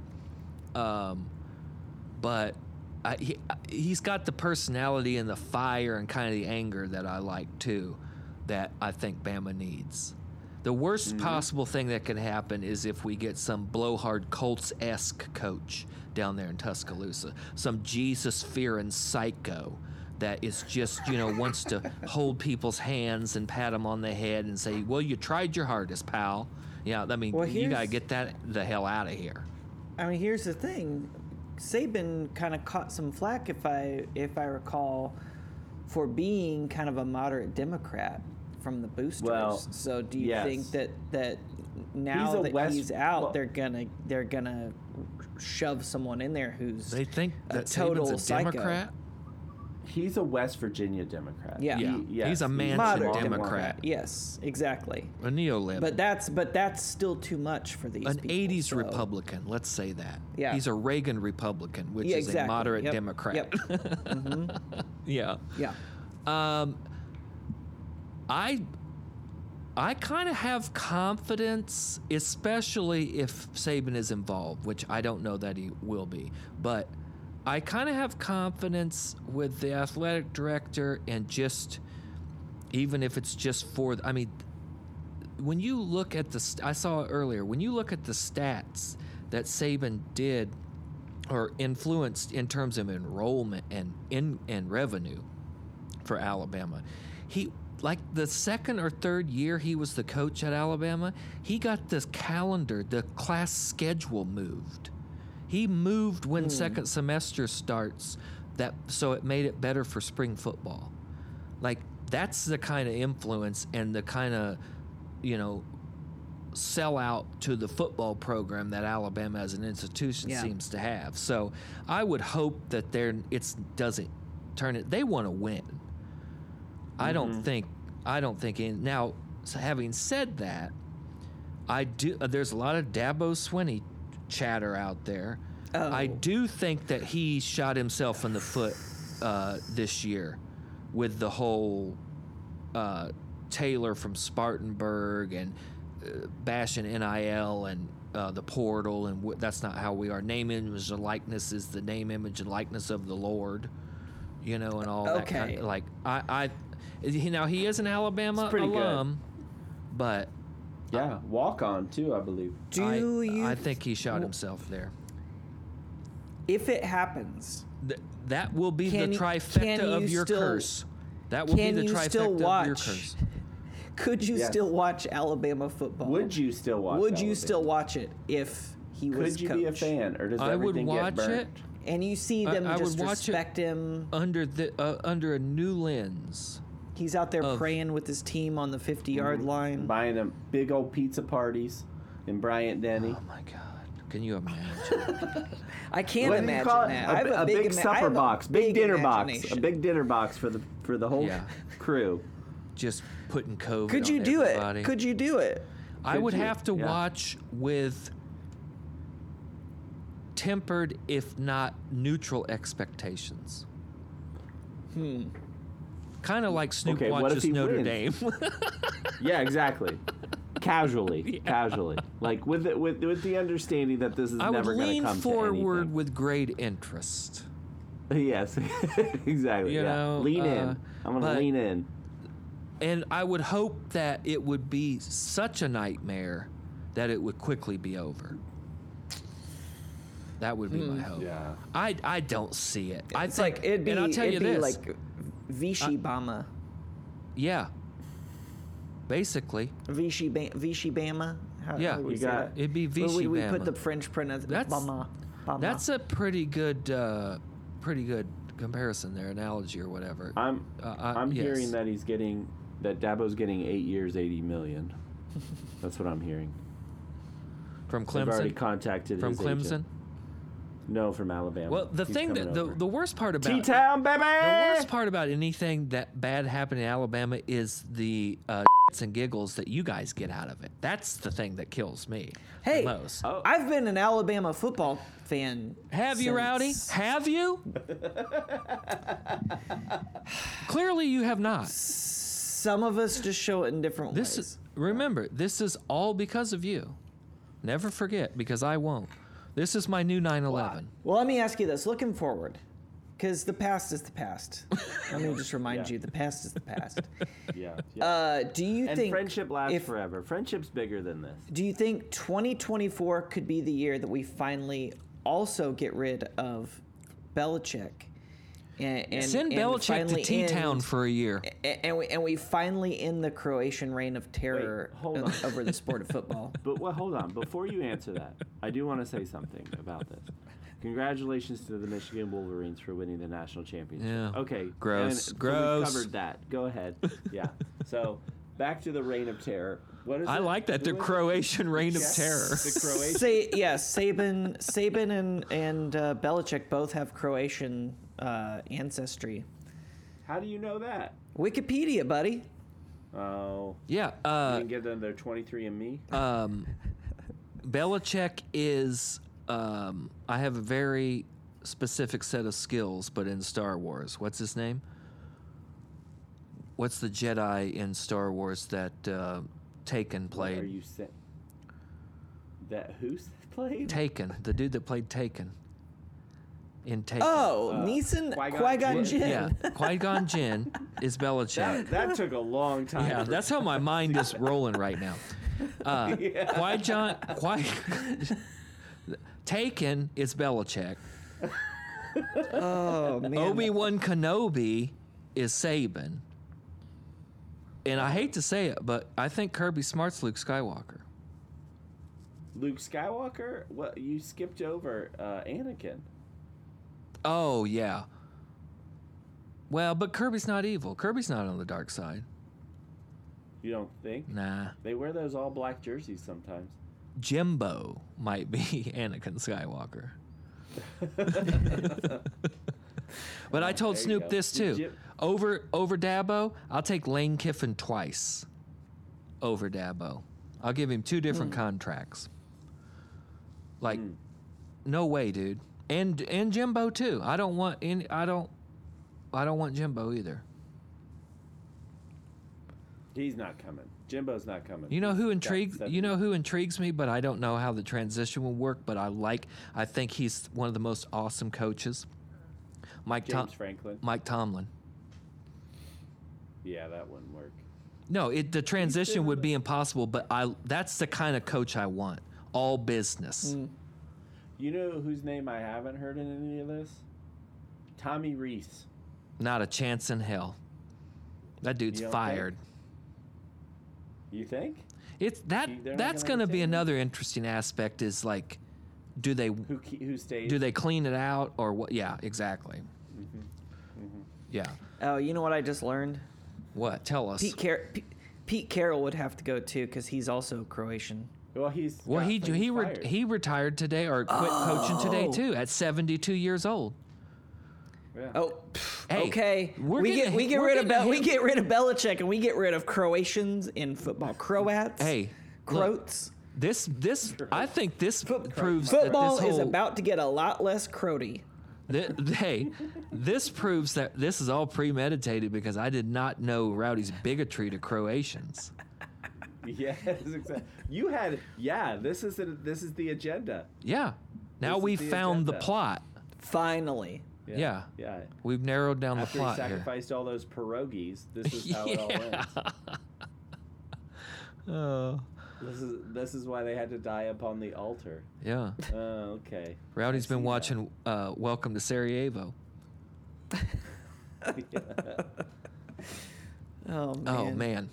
Speaker 2: Um, but I, he, he's got the personality and the fire and kind of the anger that I like too, that I think Bama needs. The worst
Speaker 3: Mm-hmm.
Speaker 2: possible thing that can happen is if we get some blowhard Colts esque coach down there in Tuscaloosa, some Jesus fearing psycho that is just, you know, wants to hold people's hands and pat them on the head and say, Well, you tried your hardest, pal. Yeah, I mean,
Speaker 3: Well,
Speaker 2: you got to
Speaker 3: here's-
Speaker 2: get that the hell out of here.
Speaker 3: I mean, here's the thing. Saban kind of caught some flack, if I if I recall, for being kind of a moderate Democrat from the boosters.
Speaker 1: Well,
Speaker 3: so do you
Speaker 1: yes.
Speaker 3: think that that now
Speaker 1: He's a
Speaker 3: that
Speaker 1: West-
Speaker 3: he's out,
Speaker 1: well-
Speaker 3: they're gonna they're gonna shove someone in there who's
Speaker 2: They think
Speaker 3: A
Speaker 2: that
Speaker 3: total
Speaker 2: Saban's a
Speaker 3: psycho.
Speaker 2: Democrat.
Speaker 1: He's a West Virginia Democrat.
Speaker 3: Yeah.
Speaker 1: He-
Speaker 2: Yeah.
Speaker 1: yes,
Speaker 2: He's a Manson
Speaker 3: moderate
Speaker 1: long-
Speaker 2: Democrat.
Speaker 3: Yes, exactly.
Speaker 2: A neolib.
Speaker 3: But that's but that's still too much for these
Speaker 2: an
Speaker 3: people,
Speaker 2: 80s
Speaker 3: so-
Speaker 2: Republican, let's say that.
Speaker 3: Yeah.
Speaker 2: He's a Reagan Republican, which
Speaker 3: Yeah,
Speaker 2: is a
Speaker 3: exactly.
Speaker 2: moderate
Speaker 3: Yep.
Speaker 2: Democrat.
Speaker 3: Yep.
Speaker 2: yeah.
Speaker 3: Yeah.
Speaker 2: Um, I I kind of have confidence, especially if Saban is involved, which I don't know that he will be, but I kind of have confidence with the athletic director and just even if it's just for I mean when you look at the st- I saw it earlier when you look at the stats that Saban did or influenced in terms of enrollment and in and revenue for Alabama. He like the second or third year he was the coach at Alabama, he got the calendar, the class schedule moved. He moved when second semester starts that so it made it better for spring football. Like that's the kind of influence and the kind of you know sell out to the football program that Alabama as an institution
Speaker 3: Yeah.
Speaker 2: seems to have. So I would hope that they're it's doesn't turn it. They want to win. I don't think I don't think in now. So having said that, I do. Uh, there's a lot of Dabo Swinney chatter out there. I
Speaker 3: Oh.
Speaker 2: do think that he shot himself in the foot uh, this year with the whole uh, Taylor from Spartanburg and uh, bashing NIL and uh, the portal, and wh- that's not how we are. Name, image, and likeness is the name, image, and likeness of the Lord, you know, and all that. Kind
Speaker 3: Okay.
Speaker 2: like I, I is he- now he is an Alabama
Speaker 1: It's pretty good.
Speaker 2: alum, but
Speaker 1: Yeah, walk on too, I believe.
Speaker 3: Do
Speaker 2: I,
Speaker 3: you
Speaker 2: I think he shot himself there.
Speaker 3: if it happens,
Speaker 2: Th- that will be
Speaker 3: Can
Speaker 2: the
Speaker 3: you-
Speaker 2: trifecta
Speaker 3: can
Speaker 2: of
Speaker 3: you
Speaker 2: your
Speaker 3: still-
Speaker 2: curse. That will be
Speaker 3: can
Speaker 2: the
Speaker 3: you
Speaker 2: trifecta
Speaker 3: still
Speaker 2: of your
Speaker 3: watch
Speaker 2: curse.
Speaker 3: could you
Speaker 1: Yes.
Speaker 3: still watch Alabama football?
Speaker 1: Would you still watch?
Speaker 3: Would you
Speaker 1: Alabama?
Speaker 3: still watch it if he was
Speaker 1: Could you
Speaker 3: coach?
Speaker 1: be a fan, or does
Speaker 2: I would
Speaker 1: everything get
Speaker 2: watch
Speaker 1: burnt?
Speaker 2: it
Speaker 3: And you see
Speaker 2: I-
Speaker 3: them
Speaker 2: I would
Speaker 3: just
Speaker 2: watch it.
Speaker 3: respect him.
Speaker 2: under the uh, under a new lens.
Speaker 3: He's out there
Speaker 2: Of-
Speaker 3: praying with his team on the 50 yard
Speaker 1: Mm-hmm.
Speaker 3: line.
Speaker 1: Buying them big old pizza parties in Bryant Denny.
Speaker 2: Oh my God! Can you imagine?
Speaker 3: I can't
Speaker 1: What do you
Speaker 3: imagine
Speaker 1: call it?
Speaker 3: that.
Speaker 1: A
Speaker 3: I have
Speaker 1: bi-
Speaker 3: a,
Speaker 1: a big,
Speaker 3: ima- I
Speaker 1: supper
Speaker 3: have a
Speaker 1: box, big, dinner box, a
Speaker 3: imagination.
Speaker 1: big dinner box for the for the whole
Speaker 2: Yeah.
Speaker 1: crew.
Speaker 2: Just putting COVID.
Speaker 3: Could you
Speaker 2: on
Speaker 3: do
Speaker 2: everybody.
Speaker 3: it? Could you do it?
Speaker 2: I
Speaker 1: Could
Speaker 2: would
Speaker 1: you?
Speaker 2: have to
Speaker 1: Yeah.
Speaker 2: watch with tempered, if not neutral, expectations. Hmm. Kind of like Snoop
Speaker 1: Okay, what if
Speaker 2: watches
Speaker 1: he
Speaker 2: Notre
Speaker 1: wins?
Speaker 2: Dame.
Speaker 1: Yeah, exactly. casually, casually, like with the, with with the understanding that this is
Speaker 2: I would
Speaker 1: never going
Speaker 2: lean
Speaker 1: to come
Speaker 2: forward
Speaker 1: to
Speaker 2: with great interest.
Speaker 1: anything. Yes, exactly.
Speaker 2: You
Speaker 1: yeah.
Speaker 2: know,
Speaker 1: lean
Speaker 2: uh,
Speaker 1: in. I'm going
Speaker 2: but-
Speaker 1: to lean in.
Speaker 2: And I would hope that it would be such a nightmare that it would quickly be over. That would be my hope.
Speaker 1: Yeah.
Speaker 2: I, I don't see it. I
Speaker 3: Hmm. It's
Speaker 2: think,
Speaker 3: like it'd be,
Speaker 2: and I'll tell
Speaker 3: it'd
Speaker 2: you
Speaker 3: be
Speaker 2: this. Uh,
Speaker 3: like Vichy Bama.
Speaker 2: yeah. Basically,
Speaker 3: Vichy, ba- Vichy Bama. How,
Speaker 2: Yeah.
Speaker 3: how would
Speaker 2: You
Speaker 3: we say
Speaker 1: got-
Speaker 3: that?
Speaker 2: it'd be
Speaker 3: Well,
Speaker 2: Vichy
Speaker 3: we, we put
Speaker 2: Bama.
Speaker 3: the French pronunciation.
Speaker 2: That's-
Speaker 3: Bama. Bama.
Speaker 2: that's a pretty good uh, pretty good comparison there, analogy or whatever.
Speaker 1: I'm
Speaker 2: Uh, uh,
Speaker 1: I'm
Speaker 2: yes.
Speaker 1: hearing that he's getting that Dabo's getting eight years, eighty million. That's what I'm hearing.
Speaker 2: from
Speaker 1: I've already
Speaker 2: Clemson.
Speaker 1: contacted
Speaker 2: From
Speaker 1: his
Speaker 2: Clemson.
Speaker 1: agent. No, from Alabama.
Speaker 2: Well, the
Speaker 1: He's
Speaker 2: thing
Speaker 1: coming
Speaker 2: that the,
Speaker 1: over.
Speaker 2: the worst part about
Speaker 1: T-Town, baby.
Speaker 3: Eh.
Speaker 2: The worst part about anything that bad happened in Alabama is the uh, shits and giggles that you guys get out of it. That's the thing that kills me
Speaker 3: Hey, Uh,
Speaker 2: the most.
Speaker 1: Oh.
Speaker 3: I've been an Alabama football fan.
Speaker 2: Have you, Rowdy?
Speaker 3: since-
Speaker 2: Have you? Clearly, you have not.
Speaker 3: Some of us just show it in different
Speaker 2: This
Speaker 3: ways.
Speaker 2: is, remember, this is all because of you. Never forget, because I won't. This is my new 9/11.
Speaker 3: Well, let me ask you this: looking forward, because the past is the past. let me just remind
Speaker 1: Yeah.
Speaker 3: you, the past is the past.
Speaker 1: Yeah. yeah.
Speaker 3: Uh, do you
Speaker 1: and
Speaker 3: think
Speaker 1: friendship lasts
Speaker 3: if-
Speaker 1: forever. Friendship's bigger than this.
Speaker 3: Do you think 2024 could be the year that we finally also get rid of Belichick? And, and,
Speaker 2: Send
Speaker 3: and
Speaker 2: Belichick to
Speaker 3: finally
Speaker 2: T Town
Speaker 3: end-
Speaker 2: for a year.
Speaker 3: a- and we and we finally end the Croatian reign of terror
Speaker 1: Wait, hold
Speaker 3: o-
Speaker 1: on.
Speaker 3: over the sport of football.
Speaker 1: But well, hold on. Before you answer that, I do want to say something about this. Congratulations to the Michigan Wolverines for winning the national championship.
Speaker 2: Yeah.
Speaker 1: Okay.
Speaker 2: Gross.
Speaker 1: and- so we
Speaker 2: Gross.
Speaker 1: covered that. Go ahead. Yeah. So back to the reign of terror. What is
Speaker 2: I
Speaker 1: it?
Speaker 2: like that. The
Speaker 1: Who is it?
Speaker 2: Croatian reign of
Speaker 1: Yes.
Speaker 2: terror.
Speaker 1: The Croatian.
Speaker 3: Say yeah, Saban, Saban, and and uh, Belichick both have Croatian uh, ancestry.
Speaker 1: How do you know that?
Speaker 3: Wikipedia, buddy.
Speaker 1: Oh,
Speaker 2: Yeah.
Speaker 1: you
Speaker 2: Uh,
Speaker 1: can give them their 23andMe.
Speaker 2: um, Belichick is. Um, I have a very specific set of skills, but in Star Wars, what's his name? What's the Jedi in Star Wars that uh, Taken
Speaker 1: Are
Speaker 2: played?
Speaker 1: you set? That who's played?
Speaker 2: Taken, the dude that played Taken. In Taken.
Speaker 3: Oh,
Speaker 1: Uh,
Speaker 3: Neeson
Speaker 1: Qui-Gon
Speaker 3: Qui Gon
Speaker 1: Jinn.
Speaker 3: Jinn.
Speaker 2: Yeah, Qui Gon Jinn is Belichick.
Speaker 1: That, that took a long time.
Speaker 2: Yeah,
Speaker 1: for-
Speaker 2: that's how my mind is rolling right now. Uh, Qui John, Qui Taken is Belichick.
Speaker 3: Oh man.
Speaker 2: Obi Wan Kenobi is Saban. And I hate to say it, but I think Kirby Smart's Luke Skywalker.
Speaker 1: Luke Skywalker. What you skipped over uh, Anakin.
Speaker 2: Oh yeah. Well, but Kirby's not evil. Kirby's not on the dark side.
Speaker 1: You don't think
Speaker 2: Nah.
Speaker 1: they wear those all black jerseys sometimes?
Speaker 2: Jimbo might be Anakin Skywalker. but I told
Speaker 1: Oh, there you
Speaker 2: Snoop
Speaker 1: go.
Speaker 2: this
Speaker 1: Did
Speaker 2: too.
Speaker 1: Jim-
Speaker 2: over over Dabo, I'll take Lane Kiffin twice. Over Dabo, I'll give him two different
Speaker 1: Hmm.
Speaker 2: contracts. Like, no way, dude. And and Jimbo too. I don't want any. I don't. I don't want Jimbo either.
Speaker 1: He's not coming. Jimbo's not coming.
Speaker 2: You know who
Speaker 1: He's got
Speaker 2: intrigues
Speaker 1: seven-
Speaker 2: you know who intrigues me, but I don't know how the transition will work, but I like I think he's one of the most awesome coaches. Mike Tom,
Speaker 1: James Franklin.
Speaker 2: Mike Tomlin.
Speaker 1: Yeah, that wouldn't work.
Speaker 2: No, it the transition would be impossible, but I that's the kind of coach I want. All business.
Speaker 1: Hmm.
Speaker 3: Mm.
Speaker 1: You know whose name I haven't heard in any of this? Tommy Reese.
Speaker 2: Not a chance in hell. That dude's
Speaker 1: don't think?
Speaker 2: fired.
Speaker 1: You think?
Speaker 2: It's that
Speaker 1: You- they're not
Speaker 2: that's
Speaker 1: gonna
Speaker 2: going to be
Speaker 1: retain him?
Speaker 2: another interesting aspect is like do they
Speaker 1: Who ke- who stays?
Speaker 2: do they clean it out or what? Yeah, exactly.
Speaker 1: Mm-hmm.
Speaker 2: Yeah.
Speaker 3: Oh, you know what I just learned?
Speaker 2: What? Tell us.
Speaker 3: Pete, Car- Pete, Pete Carroll would have to go too because he's also Croatian.
Speaker 1: Well, he's
Speaker 2: Well,
Speaker 1: got-
Speaker 2: he
Speaker 1: so
Speaker 2: he
Speaker 1: he's
Speaker 2: re-
Speaker 1: fired.
Speaker 2: he retired today or quit coaching
Speaker 3: Oh.
Speaker 2: today too at 72 years old.
Speaker 1: Yeah.
Speaker 3: Oh, pff,
Speaker 2: Hey,
Speaker 3: okay.
Speaker 2: we're
Speaker 3: we get
Speaker 2: getting-
Speaker 3: we get
Speaker 2: we're
Speaker 3: rid
Speaker 2: getting
Speaker 3: of Bel- we
Speaker 2: him-
Speaker 3: get rid of Belichick and we get rid of Croatians in football. Croats.
Speaker 2: Hey, look,
Speaker 3: Croats.
Speaker 2: this this I think this proves that
Speaker 3: Football
Speaker 2: this whole,
Speaker 3: is about to get a lot less croaty.
Speaker 2: thi- hey, this proves that this is all premeditated because I did not know Rowdy's bigotry to Croatians.
Speaker 1: Yes, exactly. You had yeah. This is the this is the agenda.
Speaker 2: Yeah, now
Speaker 1: This is
Speaker 2: we
Speaker 1: the
Speaker 2: found the
Speaker 1: agenda.
Speaker 2: plot.
Speaker 3: Finally.
Speaker 2: Yeah.
Speaker 1: Yeah.
Speaker 2: We've narrowed down
Speaker 1: After he
Speaker 2: the plot here.
Speaker 1: sacrificed all those pierogies, this is how it all ends.
Speaker 2: Uh,
Speaker 1: This is this is why they had to die upon the altar.
Speaker 2: yeah,
Speaker 1: Oh, okay.
Speaker 2: Rowdy's been
Speaker 1: see that.
Speaker 2: watching uh, Welcome to Sarajevo.
Speaker 3: Oh man.
Speaker 2: Oh man.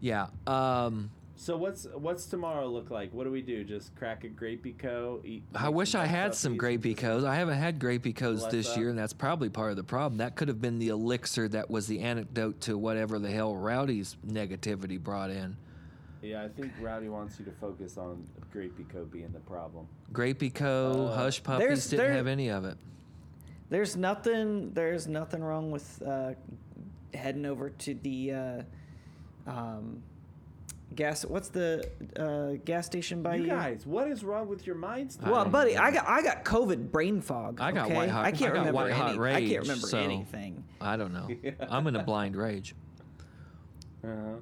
Speaker 2: Yeah. Um,
Speaker 1: So what's what's tomorrow look like? What do we do? Just crack a grapey co. Eat.
Speaker 2: I wish I had some
Speaker 1: grapey.
Speaker 2: grapey codes. I haven't had grapey codes
Speaker 1: Bless
Speaker 2: this
Speaker 1: up.
Speaker 2: year, and that's probably part of the problem. That could have been the elixir that was the antidote to whatever the hell Rowdy's negativity brought in.
Speaker 1: Yeah, I think Rowdy wants you to focus on grapey co being the problem.
Speaker 2: Grapey Co,
Speaker 1: Uh,
Speaker 2: Hush
Speaker 3: there's-
Speaker 2: Puppies didn't
Speaker 3: there-
Speaker 2: have any of it.
Speaker 3: There's nothing. There's nothing wrong with uh, heading over to the uh, um, gas. What's the uh, gas station by you?
Speaker 1: You guys, what is wrong with your minds? today?
Speaker 3: Well, buddy, I got I got COVID brain fog.
Speaker 2: I got
Speaker 3: okay?
Speaker 2: white hot-
Speaker 3: I can't
Speaker 2: I got
Speaker 3: remember
Speaker 2: white hot
Speaker 3: any- I
Speaker 2: rage,
Speaker 3: can't remember
Speaker 2: so-
Speaker 3: anything.
Speaker 2: I don't know. I'm in a blind rage.
Speaker 1: Uh-huh.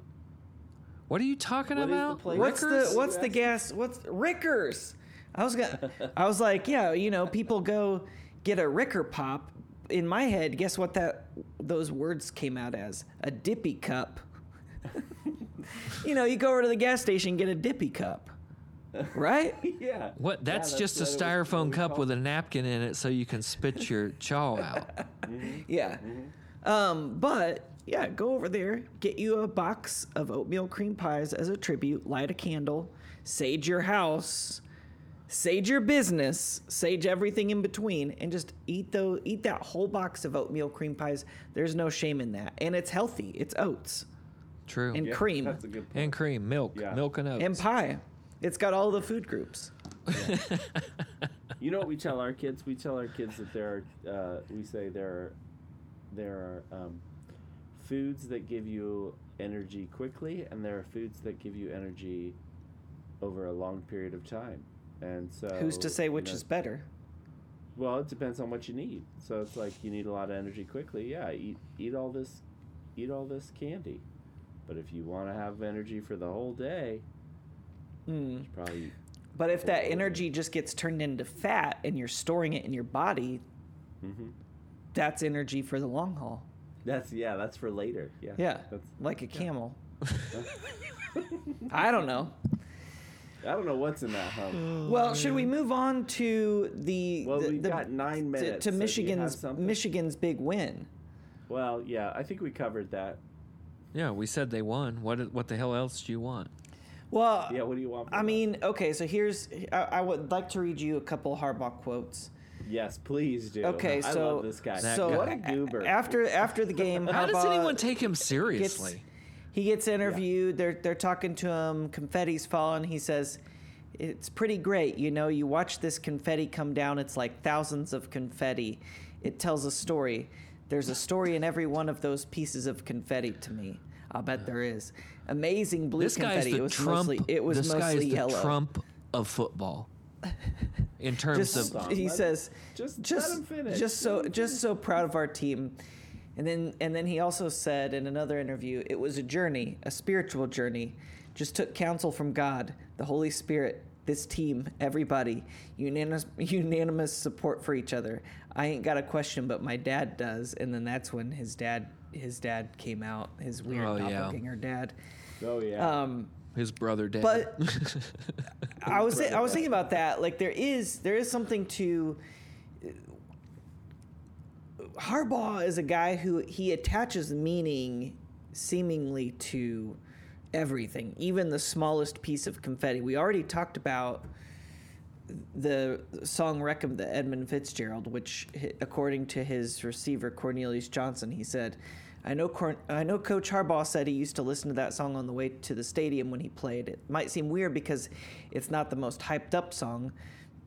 Speaker 2: What are you talking
Speaker 1: What is the
Speaker 2: about?
Speaker 1: place-
Speaker 3: What's
Speaker 2: Rickers?
Speaker 3: the what's the gas? What's Rickers? I was gonna. I was like, yeah, you know, people go get a Ricker pop. In my head, guess what that those words came out as a dippy cup. you know, you go over to the gas station, get a dippy cup, right?
Speaker 1: Yeah.
Speaker 2: What?
Speaker 1: Yeah,
Speaker 2: That's, just a
Speaker 1: what it was-
Speaker 2: styrofoam
Speaker 1: what we
Speaker 2: cup
Speaker 1: call
Speaker 2: with
Speaker 1: it.
Speaker 2: a napkin in it, so you can spit your chaw out.
Speaker 3: Yeah.
Speaker 1: Mm-hmm.
Speaker 3: Um, but yeah, go over there, get you a box of oatmeal cream pies as a tribute, light a candle, sage your house, sage your business, sage everything in between, and just eat those eat that whole box of oatmeal cream pies. There's no shame in that. And it's healthy. It's oats
Speaker 2: True.
Speaker 3: and
Speaker 2: And,
Speaker 1: Yeah,
Speaker 3: cream
Speaker 1: That's a good point.
Speaker 2: cream, milk,
Speaker 1: Yeah.
Speaker 2: milk and oats.
Speaker 3: and pie. It's got all the food groups.
Speaker 1: You know what we tell our kids? We tell our kids that there are, uh, we say there are, there are um, foods that give you energy quickly, and there are foods that give you energy over a long period of time. And so,
Speaker 3: Who's to say
Speaker 1: you
Speaker 3: which
Speaker 1: know,
Speaker 3: is better?
Speaker 1: Well, it depends on what you need. So it's like you need a lot of energy quickly. Yeah, eat eat all this, eat all this candy. But if you want to have energy for the whole day,
Speaker 3: Mm.
Speaker 1: you should probably eat
Speaker 3: But if that energy just gets turned into fat and you're storing it in your body,
Speaker 1: Mhm.
Speaker 3: that's energy for the long haul.
Speaker 1: That's yeah. That's for later. Yeah.
Speaker 3: Yeah,
Speaker 1: That's,
Speaker 3: like a camel. I don't know.
Speaker 1: I don't know what's in that hump.
Speaker 3: Well, should we move on to the
Speaker 1: Well,
Speaker 3: the,
Speaker 1: we've
Speaker 3: the-
Speaker 1: got nine
Speaker 3: to-
Speaker 1: minutes. so do
Speaker 3: to,
Speaker 1: you have
Speaker 3: Michigan's
Speaker 1: something?
Speaker 3: Michigan's big win?
Speaker 1: Well, yeah. I think we covered that.
Speaker 2: yeah, we said they won. What? What the hell else do you want?
Speaker 3: Well,
Speaker 1: Yeah. What do you want?
Speaker 3: I
Speaker 1: from
Speaker 3: mean, okay, so here's I, I would like to read you a couple Harbaugh quotes.
Speaker 1: us? Yes, please do.
Speaker 3: Okay,
Speaker 1: I
Speaker 3: so
Speaker 1: love this guy.
Speaker 2: That
Speaker 3: so
Speaker 1: what
Speaker 2: guy.
Speaker 1: a goober.
Speaker 3: after after the game,
Speaker 2: How does
Speaker 3: Harbaugh
Speaker 2: anyone take him
Speaker 3: gets-
Speaker 2: seriously?
Speaker 3: he gets interviewed. They're they're talking to him. Confetti's falling. He says, "It's pretty great. You know, you watch this confetti come down. It's like thousands of confetti. It tells a story. There's a story in every one of those pieces of confetti to me. I'll bet there is. Amazing blue
Speaker 2: this guy's
Speaker 3: confetti.
Speaker 2: the
Speaker 3: it was
Speaker 2: Trump.
Speaker 3: mostly it was
Speaker 2: this guy's
Speaker 3: mostly yellow.
Speaker 2: the Trump of football. In terms
Speaker 3: just
Speaker 2: of,
Speaker 1: Stop.
Speaker 3: he
Speaker 1: Let him-
Speaker 3: says
Speaker 1: just
Speaker 3: just
Speaker 1: let
Speaker 3: just
Speaker 1: him finish.
Speaker 3: just so just so proud of our team and then and then he also said in another interview it was a journey a spiritual journey just took counsel from god the holy spirit this team everybody unanimous unanimous support for each other i ain't got a question but my dad does and then that's when his dad his dad came out his weird
Speaker 2: Oh, yeah.
Speaker 3: doppelganger dad
Speaker 1: oh yeah.
Speaker 3: um
Speaker 2: his brother dad.
Speaker 3: but I was I was thinking about that. Like there is there is something to Harbaugh is a guy who he attaches meaning seemingly to everything, even the smallest piece of confetti. We already talked about the song "Wreck of the Edmund Fitzgerald, which, hi- according to his receiver Cornelius Johnson, he said, "I know, Corn- I know." Coach Harbaugh said he used to listen to that song on the way to the stadium when he played. It might seem weird because it's not the most hyped up song,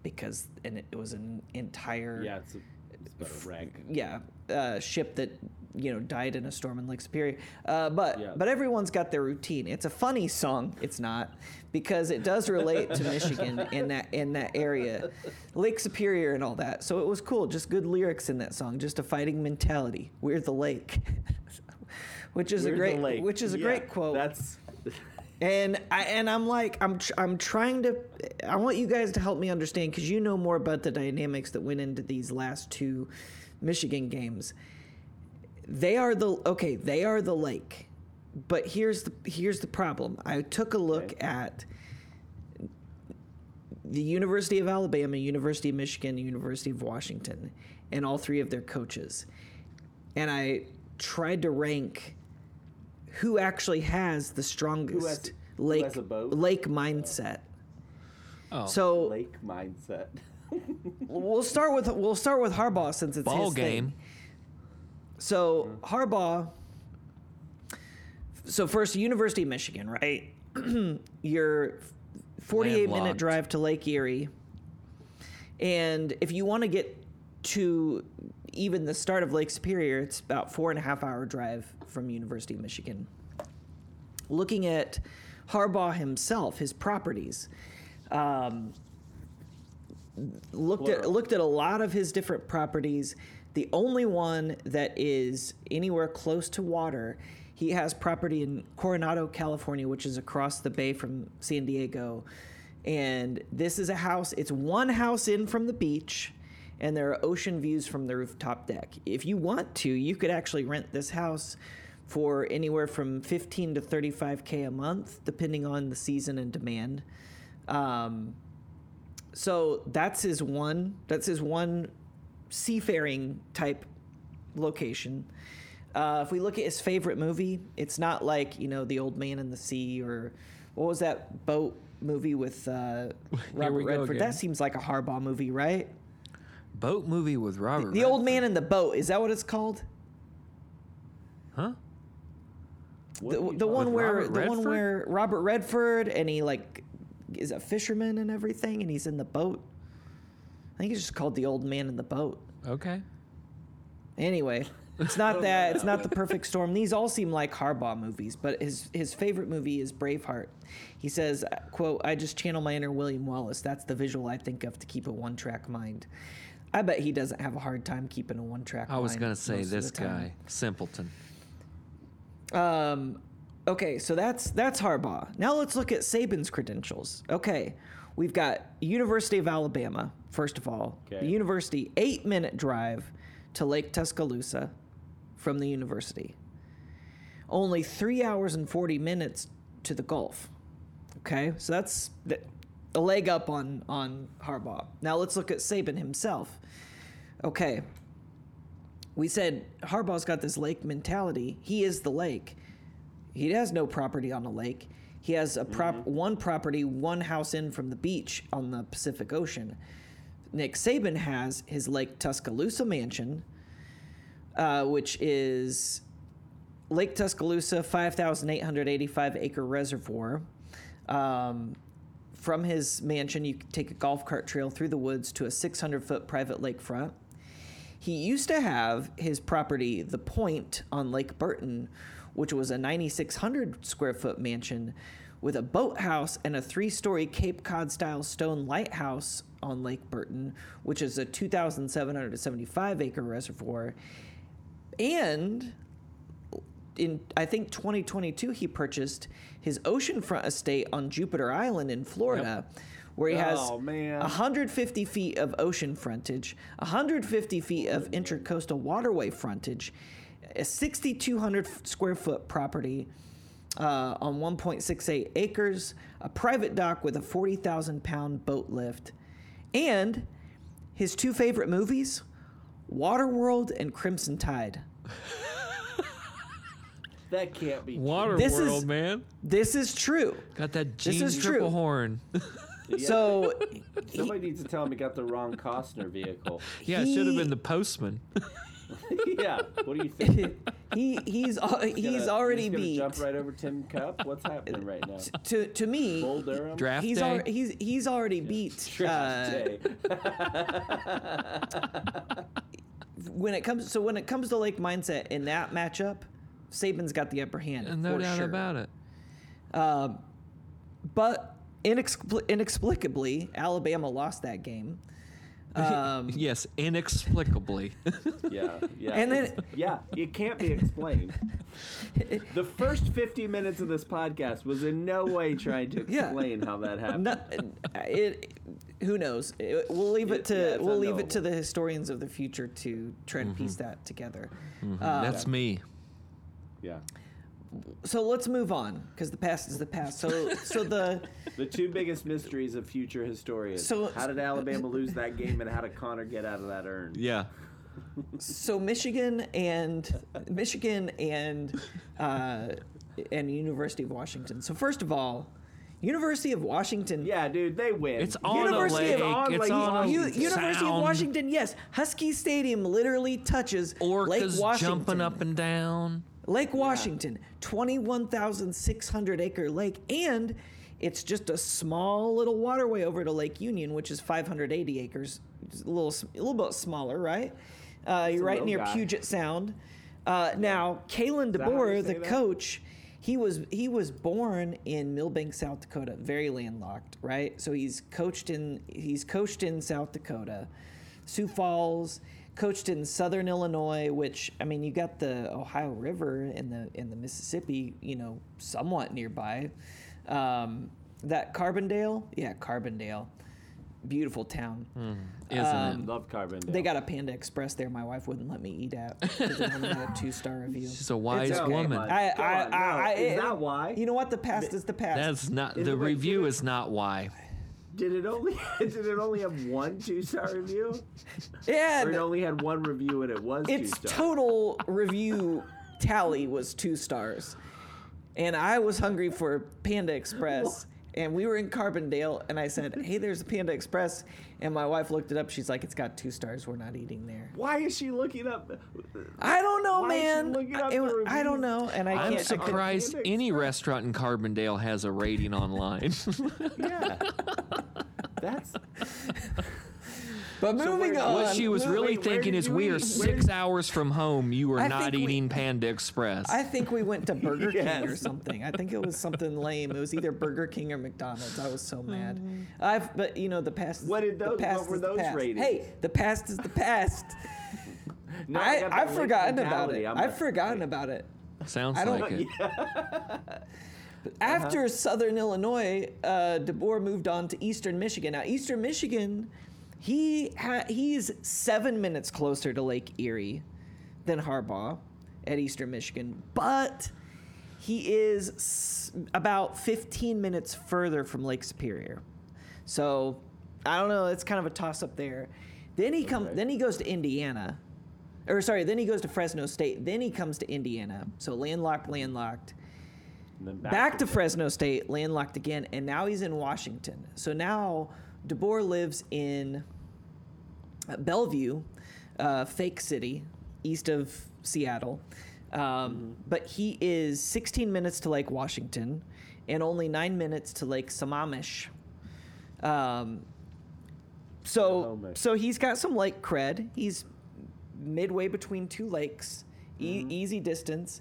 Speaker 3: because and it was an entire
Speaker 1: yeah. It's, a, it's about a wreck.
Speaker 3: yeah, uh, ship that you know died in a storm in Lake Superior. Uh, but
Speaker 1: Yeah.
Speaker 3: but everyone's got their routine. It's a funny song. It's not because it does relate to Michigan in that in that area, Lake Superior and all that. So it was cool. Just good lyrics in that song. Just a fighting mentality. We're the lake, which is
Speaker 1: We're
Speaker 3: a
Speaker 1: the
Speaker 3: great
Speaker 1: lake.
Speaker 3: which is a
Speaker 1: Yeah,
Speaker 3: great quote.
Speaker 1: That's
Speaker 3: And I and I'm like I'm tr- I'm trying to I want you guys to help me understand because you know more about the dynamics that went into these last two Michigan games. They are the okay. They are the lake, but here's the here's the problem. I took a look
Speaker 1: Okay.
Speaker 3: at the University of Alabama, University of Michigan, University of Washington, and all three of their coaches, and I tried to rank who actually has the strongest
Speaker 1: who
Speaker 3: lake
Speaker 1: has a boat?
Speaker 3: lake mindset.
Speaker 2: oh,
Speaker 3: So
Speaker 1: lake mindset.
Speaker 3: we'll start with we'll start with Harbaugh since it's
Speaker 2: ball
Speaker 3: his thing.
Speaker 2: game.
Speaker 3: So Harbaugh. So first, University of Michigan, right? Your forty-eight minute
Speaker 2: Landlocked.
Speaker 3: drive to Lake Erie, and if you want to get to even the start of Lake Superior, it's about four and a half hour drive from University of Michigan. looking at Harbaugh himself, his properties. Um, looked at
Speaker 1: Plural.
Speaker 3: looked at a lot of his different properties. The only one that is anywhere close to water, he has property in Coronado, California, which is across the bay from San Diego. And this is a house, it's one house in from the beach, and there are ocean views from the rooftop deck. If you want to, you could actually rent this house for anywhere from 15 to 35k a month, depending on the season and demand. Um, so that's his one that's his one seafaring type location uh, if we look at his favorite movie it's not like you know the old man in the sea or what was that boat movie with uh,
Speaker 2: we
Speaker 3: robert
Speaker 2: go
Speaker 3: redford that
Speaker 2: again.
Speaker 3: seems like a harbaugh movie right
Speaker 2: Boat movie with Robert.
Speaker 3: the old man in the boat is that what it's called
Speaker 2: Huh?
Speaker 1: What are
Speaker 3: the,
Speaker 1: you
Speaker 3: the
Speaker 1: talking-
Speaker 3: one
Speaker 2: With
Speaker 3: where
Speaker 2: Robert
Speaker 3: the one
Speaker 2: Redford?
Speaker 3: where robert redford and he like is a fisherman and everything and he's in the boat i think it's just called the old man in the boat
Speaker 2: Okay.
Speaker 3: Anyway, it's not that. It's not the perfect storm. These all seem like Harbaugh movies, but his his favorite movie is Braveheart. He says, uh, "quote I just channel my inner William Wallace. That's the visual I think of to keep a one track mind." I bet he doesn't have a hard time keeping a one track.
Speaker 2: I was
Speaker 3: mind
Speaker 2: gonna say
Speaker 3: most of the
Speaker 2: this
Speaker 3: time.
Speaker 2: guy simpleton.
Speaker 3: Um, okay, so that's that's Harbaugh. Now let's look at Saban's credentials. Okay, we've got University of Alabama. First of all,
Speaker 1: Okay.
Speaker 3: the university eight minute drive to Lake Tuscaloosa from the university. Only three hours and forty minutes to the Gulf. Okay, so that's th- a leg up on on Harbaugh. Now let's look at Saban himself. Okay, we said Harbaugh's got this lake mentality. He is the lake. He has no property on a lake. He has a prop one property, one house in from the beach on the Pacific Ocean. Nick Saban has his Lake Tuscaloosa mansion, uh, which is Lake Tuscaloosa, 5,885 acre reservoir. Um, from his mansion, you could take a golf cart trail through the woods to a 600 foot private lakefront. He used to have his property, The Point, on Lake Burton, which was a 9,600 square foot mansion with a boathouse and a three story Cape Cod style stone lighthouse on Lake Burton, which is a 2,775 acre reservoir. And in I think 2022 he purchased his oceanfront estate on Jupiter Island in Florida, where he has
Speaker 1: Oh, man.
Speaker 3: 150 feet of ocean frontage, 150 feet of intercoastal waterway frontage, a 6,200 f- square foot property. Uh, on 1.68 acres, a private dock with a 40,000 pound boat lift, and his two favorite movies, Waterworld and Crimson Tide.
Speaker 1: That can't be.
Speaker 2: Water
Speaker 3: This
Speaker 2: world,
Speaker 3: is-
Speaker 2: man.
Speaker 3: This is true.
Speaker 2: Got that
Speaker 3: This
Speaker 2: Gene
Speaker 3: is true.
Speaker 2: triple horn.
Speaker 1: Yeah.
Speaker 3: So
Speaker 1: Somebody needs to tell him he got the wrong Costner vehicle.
Speaker 2: yeah, it should have
Speaker 3: He-
Speaker 2: been the postman.
Speaker 1: yeah. What do you think?
Speaker 3: he he's al- he's,
Speaker 1: Gonna-
Speaker 3: already
Speaker 1: he's gonna
Speaker 3: beat.
Speaker 1: Jump right over Tim Cup. What's happening right now?
Speaker 3: To to me,
Speaker 1: Bull Durham.
Speaker 2: Draft
Speaker 3: he's
Speaker 2: day.
Speaker 3: al- he's he's already beat.
Speaker 1: Draft
Speaker 3: Uh,
Speaker 1: day.
Speaker 3: when it comes so when it comes to like mindset in that matchup, Saban's got the upper hand.
Speaker 2: no
Speaker 3: for
Speaker 2: doubt
Speaker 3: sure. Uh,
Speaker 2: about it.
Speaker 3: But inexpli- inexplicably, Alabama lost that game. Um,
Speaker 2: yes, inexplicably. Mm-hmm.
Speaker 1: Yeah, yeah.
Speaker 3: And then-
Speaker 1: It's- yeah, it can't be explained. the first 50 minutes of this podcast was in no way trying to
Speaker 3: Yeah.
Speaker 1: explain how that happened.
Speaker 3: no, uh, it, who knows? It- we'll leave it
Speaker 1: It-
Speaker 3: to
Speaker 1: yeah, it's
Speaker 3: we'll leave it to the historians of the future to try
Speaker 2: Mm-hmm.
Speaker 3: to piece that together. Uh,
Speaker 2: That's me.
Speaker 1: Yeah.
Speaker 3: so let's move on because the past is the past. So so the
Speaker 1: The two biggest mysteries of future historians.
Speaker 3: So-
Speaker 1: how did Alabama lose that game and how did Connor get out of that urn?
Speaker 2: Yeah.
Speaker 3: so Michigan and Michigan and uh, and University of Washington. So first of all, University of Washington.
Speaker 1: Yeah, dude, they win.
Speaker 2: It's on
Speaker 3: University
Speaker 2: a
Speaker 3: of-
Speaker 2: lake.
Speaker 1: on
Speaker 2: it's
Speaker 1: lake.
Speaker 2: on a
Speaker 1: You-
Speaker 3: U- University of
Speaker 2: Oh, sound.
Speaker 3: Washington, yes. Husky Stadium literally touches Lake
Speaker 2: Orcas
Speaker 3: Washington.
Speaker 2: jumping up and down.
Speaker 3: Lake Washington, 21,600 acre lake, and it's just a small little waterway over to Lake Union, which is 580 acres, It's a little s- a little bit smaller, right? Uh, you're right
Speaker 1: little
Speaker 3: near
Speaker 1: guy.
Speaker 3: Puget Sound. Uh, now, Kalen
Speaker 1: that how you
Speaker 3: DeBoer,
Speaker 1: say
Speaker 3: the
Speaker 1: that?
Speaker 3: coach, he was he was born in Millbank, South Dakota, very landlocked, right? So he's coached in he's coached in South Dakota, Sioux Falls, coached in Southern Illinois, which I mean, you got the Ohio River and the and the Mississippi, you know, somewhat nearby. Um, that Carbondale, yeah, Carbondale, beautiful town.
Speaker 1: Mm-hmm.
Speaker 2: Isn't it?
Speaker 1: Love Carbon.
Speaker 3: They got a Panda Express there. My wife wouldn't let me eat at because it only had a two star review.
Speaker 2: She's a wise
Speaker 1: okay,
Speaker 2: woman.
Speaker 1: bud.
Speaker 3: I,
Speaker 1: Go
Speaker 3: I,
Speaker 1: on, no,
Speaker 3: I, I,
Speaker 1: is
Speaker 3: I-
Speaker 1: that why?
Speaker 3: You know what? The past is the past.
Speaker 2: That's not
Speaker 1: Is
Speaker 2: the
Speaker 1: it like-
Speaker 2: review is not why.
Speaker 1: Did it only did it only have one two star review?
Speaker 3: yeah,
Speaker 1: Or it
Speaker 3: th-
Speaker 1: only had one review and it was
Speaker 3: its
Speaker 1: two star.
Speaker 3: total review tally was two stars, and I was hungry for Panda Express. And we were in Carbondale, and I said, "Hey, there's a Panda Express," and my wife looked it up. She's like, "It's got two stars. We're not eating there."
Speaker 1: Why is she looking up?
Speaker 3: I don't know,
Speaker 1: Why is she
Speaker 3: man.
Speaker 1: looking up
Speaker 3: It
Speaker 1: the
Speaker 3: was- I don't
Speaker 1: reviews?
Speaker 3: know, and I
Speaker 2: I'm
Speaker 3: can't. I couldn't-
Speaker 2: surprised
Speaker 1: Panda
Speaker 2: any restaurant in Carbondale has a rating online.
Speaker 1: Yeah, that's
Speaker 3: But moving
Speaker 1: where-
Speaker 3: on,
Speaker 2: what she was
Speaker 1: wait,
Speaker 2: really
Speaker 1: where
Speaker 2: thinking
Speaker 1: did
Speaker 2: is
Speaker 1: you
Speaker 2: we are
Speaker 1: eat? Where
Speaker 2: six hours from home. You are
Speaker 3: I
Speaker 2: not
Speaker 3: think we-
Speaker 2: eating Panda Express.
Speaker 3: I think we went to Burger King or
Speaker 1: Yes.
Speaker 3: something. I think it was something lame. It was either Burger King or McDonald's. I was so mad. I've but you know the past. Is,
Speaker 1: What did
Speaker 3: the
Speaker 1: those-
Speaker 3: past
Speaker 1: what were
Speaker 3: is the
Speaker 1: those
Speaker 3: past.
Speaker 1: ratings?
Speaker 3: Hey, the past is the past.
Speaker 1: no,
Speaker 3: I,
Speaker 1: got that
Speaker 3: I've
Speaker 1: late
Speaker 3: forgotten about
Speaker 1: mentality.
Speaker 3: it.
Speaker 1: I'm
Speaker 3: I've
Speaker 1: a-
Speaker 3: forgotten about it.
Speaker 2: Sounds
Speaker 3: I don't-
Speaker 2: like it.
Speaker 3: After Southern Illinois, uh, DeBoer moved on to Eastern Michigan. Now, Eastern Michigan, he ha- he's seven minutes closer to Lake Erie than Harbaugh at Eastern Michigan, but he is s- about 15 minutes further from Lake Superior. So I don't know. It's kind of a toss up there. Then he comes.
Speaker 1: Okay.
Speaker 3: Then he goes to Indiana, or sorry. Then he goes to Fresno State. Then he comes to Indiana. So landlocked, landlocked
Speaker 1: And then
Speaker 3: back to Fresno State, landlocked again, and now he's in Washington. So now DeBoer lives in uh, Bellevue, uh, fake city, east of Seattle. Um, But he is 16 minutes to Lake Washington and only nine minutes to Lake Sammamish. Um, so,
Speaker 1: Sammamish.
Speaker 3: so he's got some lake cred. He's midway between two lakes, e- easy distance.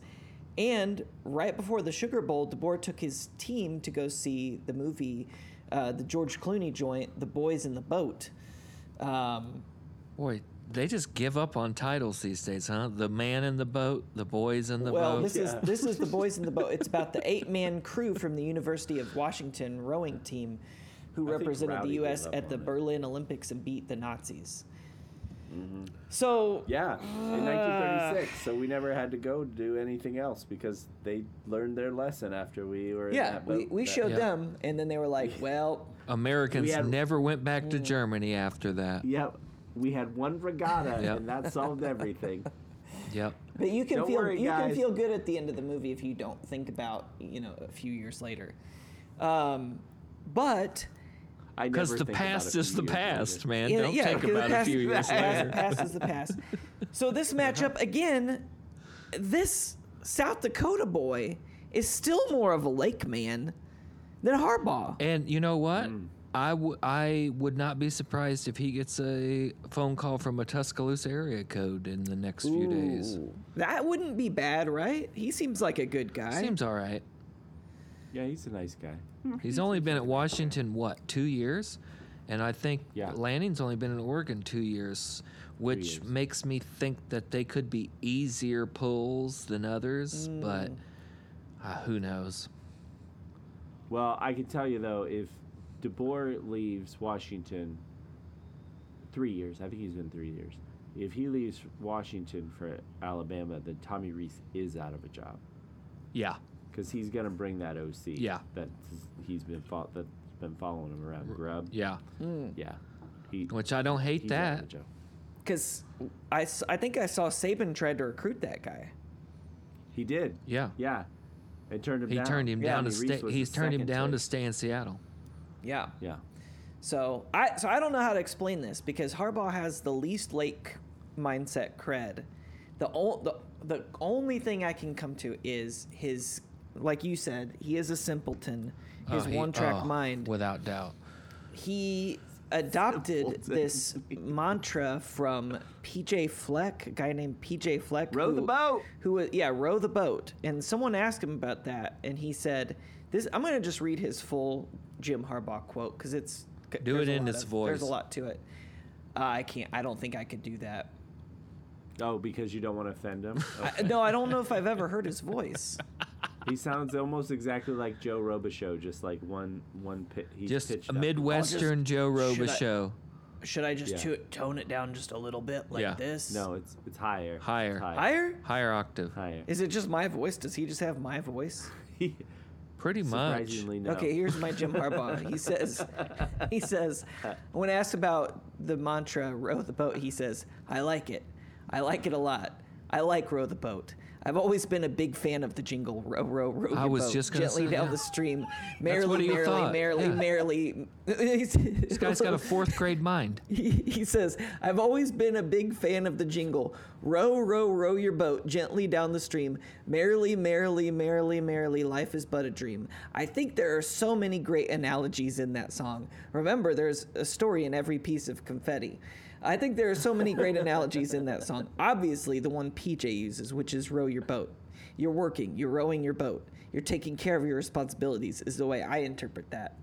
Speaker 3: And right before the Sugar Bowl, DeBoer took his team to go see the movie, uh, the George Clooney joint, The Boys in the Boat. Um,
Speaker 2: Boy, they just give up on titles these days, huh? The man in the boat, the boys in the
Speaker 3: well,
Speaker 2: boat.
Speaker 3: this is
Speaker 1: Yeah.
Speaker 3: this is the boys in the boat. It's about the eight-man crew from the University of Washington rowing team, who
Speaker 1: I think
Speaker 3: represented the
Speaker 1: Rowdy
Speaker 3: U.S.
Speaker 1: gave up
Speaker 3: at the
Speaker 1: on it.
Speaker 3: Berlin Olympics and beat the Nazis. So
Speaker 1: Mm-hmm. Yeah,
Speaker 3: Ah.
Speaker 1: in 1936. So we never had to go do anything else because they learned their lesson after we were. in
Speaker 3: yeah,
Speaker 1: that boat,
Speaker 3: we, we
Speaker 1: that-
Speaker 3: showed
Speaker 2: Yeah.
Speaker 3: them, and then they were like, "Well,
Speaker 2: Americans
Speaker 1: We Mm. had-
Speaker 2: never went back to Germany after that.
Speaker 1: Yep, we had one regatta
Speaker 2: Yeah.
Speaker 1: and that solved everything.
Speaker 2: Yep.
Speaker 3: But you can
Speaker 1: Don't
Speaker 3: feel
Speaker 1: worry,
Speaker 3: you can
Speaker 1: guys.
Speaker 3: feel good at the end of the movie if you don't think about you know a few years later. Um, but
Speaker 1: I
Speaker 2: Because
Speaker 1: never
Speaker 2: the
Speaker 1: think about
Speaker 2: past
Speaker 1: it
Speaker 2: is the
Speaker 1: years later.
Speaker 2: past, man.
Speaker 3: yeah,
Speaker 2: Don't
Speaker 3: yeah,
Speaker 2: think
Speaker 3: because the
Speaker 2: about a
Speaker 3: past,
Speaker 2: few years
Speaker 3: the past-
Speaker 2: later. Uh-huh.
Speaker 3: past is the past. So this matchup again, this South Dakota boy is still more of a lake man than Harbaugh.
Speaker 2: And you know what?
Speaker 1: Hmm.
Speaker 2: I, w- I would not be surprised if he gets a phone call from a Tuscaloosa area code in the next few days.
Speaker 1: Ooh.
Speaker 3: That wouldn't be bad, right? He seems like a good guy.
Speaker 2: Seems all right.
Speaker 1: Yeah, he's a nice guy.
Speaker 3: Hmm.
Speaker 2: He's only been at Washington what two years, and I think
Speaker 1: Yeah.
Speaker 2: Lanning's only been in Oregon two years, which
Speaker 1: years.
Speaker 2: makes me think that they could be easier pulls than others.
Speaker 3: Hmm.
Speaker 2: But uh, who knows?
Speaker 1: Well, I can tell you though, if DeBoer leaves Washington three years, I think he's been three years. If he leaves Washington for Alabama, then Tommy Reese is out of a job
Speaker 2: Yeah,
Speaker 1: because he's gonna bring that OC.
Speaker 2: Yeah.
Speaker 1: that he's been fought that's been following him around. Grub.
Speaker 2: yeah.
Speaker 1: yeah. He,
Speaker 2: Which I don't hate
Speaker 1: he's out of a
Speaker 2: that.
Speaker 1: job.
Speaker 3: Because I, s- I think I saw Saban tried to recruit that guy.
Speaker 1: He did.
Speaker 2: Yeah,
Speaker 1: Yeah, it turned him.
Speaker 2: he
Speaker 1: down.
Speaker 2: turned him
Speaker 1: Yeah,
Speaker 2: down
Speaker 1: I
Speaker 2: to
Speaker 1: mean, Reese
Speaker 2: stay.
Speaker 1: was
Speaker 2: He's
Speaker 1: the
Speaker 2: turned him
Speaker 1: second
Speaker 2: down to
Speaker 1: choice.
Speaker 2: stay in Seattle.
Speaker 3: Yeah.
Speaker 1: Yeah.
Speaker 3: So I so I don't know how to explain this because Harbaugh has the least lake mindset cred. The, o- the the only thing I can come to is his like you said, he is a simpleton. His
Speaker 2: Oh, he-
Speaker 3: one track
Speaker 2: oh,
Speaker 3: mind.
Speaker 2: without doubt.
Speaker 3: he adopted
Speaker 1: Simpleton.
Speaker 3: this mantra from PJ Fleck, a guy named PJ Fleck.
Speaker 1: Row the boat.
Speaker 3: Who was yeah, row the boat. And someone asked him about that, and he said, "This." I'm going to just read his full Jim Harbaugh quote because it's
Speaker 2: Do
Speaker 3: there's
Speaker 2: it
Speaker 3: a
Speaker 2: in
Speaker 3: lot
Speaker 2: his
Speaker 3: of-
Speaker 2: voice.
Speaker 3: There's a lot to it. Uh, I can't. I don't think I could do that.
Speaker 1: Oh, because you don't want to offend him. Okay.
Speaker 3: I, no, I don't know if I've ever heard his voice.
Speaker 1: he sounds almost exactly like Joe Robichaux, just like one one pit. He's
Speaker 2: Just
Speaker 1: pitched
Speaker 2: a
Speaker 1: up.
Speaker 2: Midwestern Joe
Speaker 3: should I-
Speaker 2: Robichaux.
Speaker 3: Should I just
Speaker 1: Yeah.
Speaker 3: to- tone it down just a little bit like
Speaker 2: Yeah.
Speaker 3: this?
Speaker 1: No, it's it's higher. It's
Speaker 2: Higher.
Speaker 1: higher.
Speaker 3: Higher?
Speaker 2: Higher octave.
Speaker 1: Higher.
Speaker 3: Is it just my voice? Does he just have my voice?
Speaker 2: Pretty much.
Speaker 1: Surprisingly, no.
Speaker 3: Okay, here's my Jim Harbaugh. He says, he says, when asked about the mantra "row the boat," he says, "I like it. I like it a lot. I like row the boat. I've always been a big fan of the jingle row, row, row
Speaker 2: I
Speaker 3: your
Speaker 2: was
Speaker 3: boat
Speaker 2: just gonna
Speaker 3: gently
Speaker 2: say,
Speaker 3: down
Speaker 2: yeah.
Speaker 3: the stream, merrily,
Speaker 2: what he
Speaker 3: merrily,
Speaker 2: thought,
Speaker 3: merrily,
Speaker 2: yeah.
Speaker 3: merrily." this
Speaker 2: This guy's got a fourth grade mind.
Speaker 3: He, he says, I've always been a big fan of the jingle. Row, row, row your boat gently down the stream. Merrily, merrily, merrily, merrily, life is but a dream. I think there are so many great analogies in that song. Remember, there's a story in every piece of confetti. I think there are so many great analogies in that song. Obviously, the one PJ uses, which is row your boat. You're working, you're rowing your boat, you're taking care of your responsibilities, is the way I interpret that.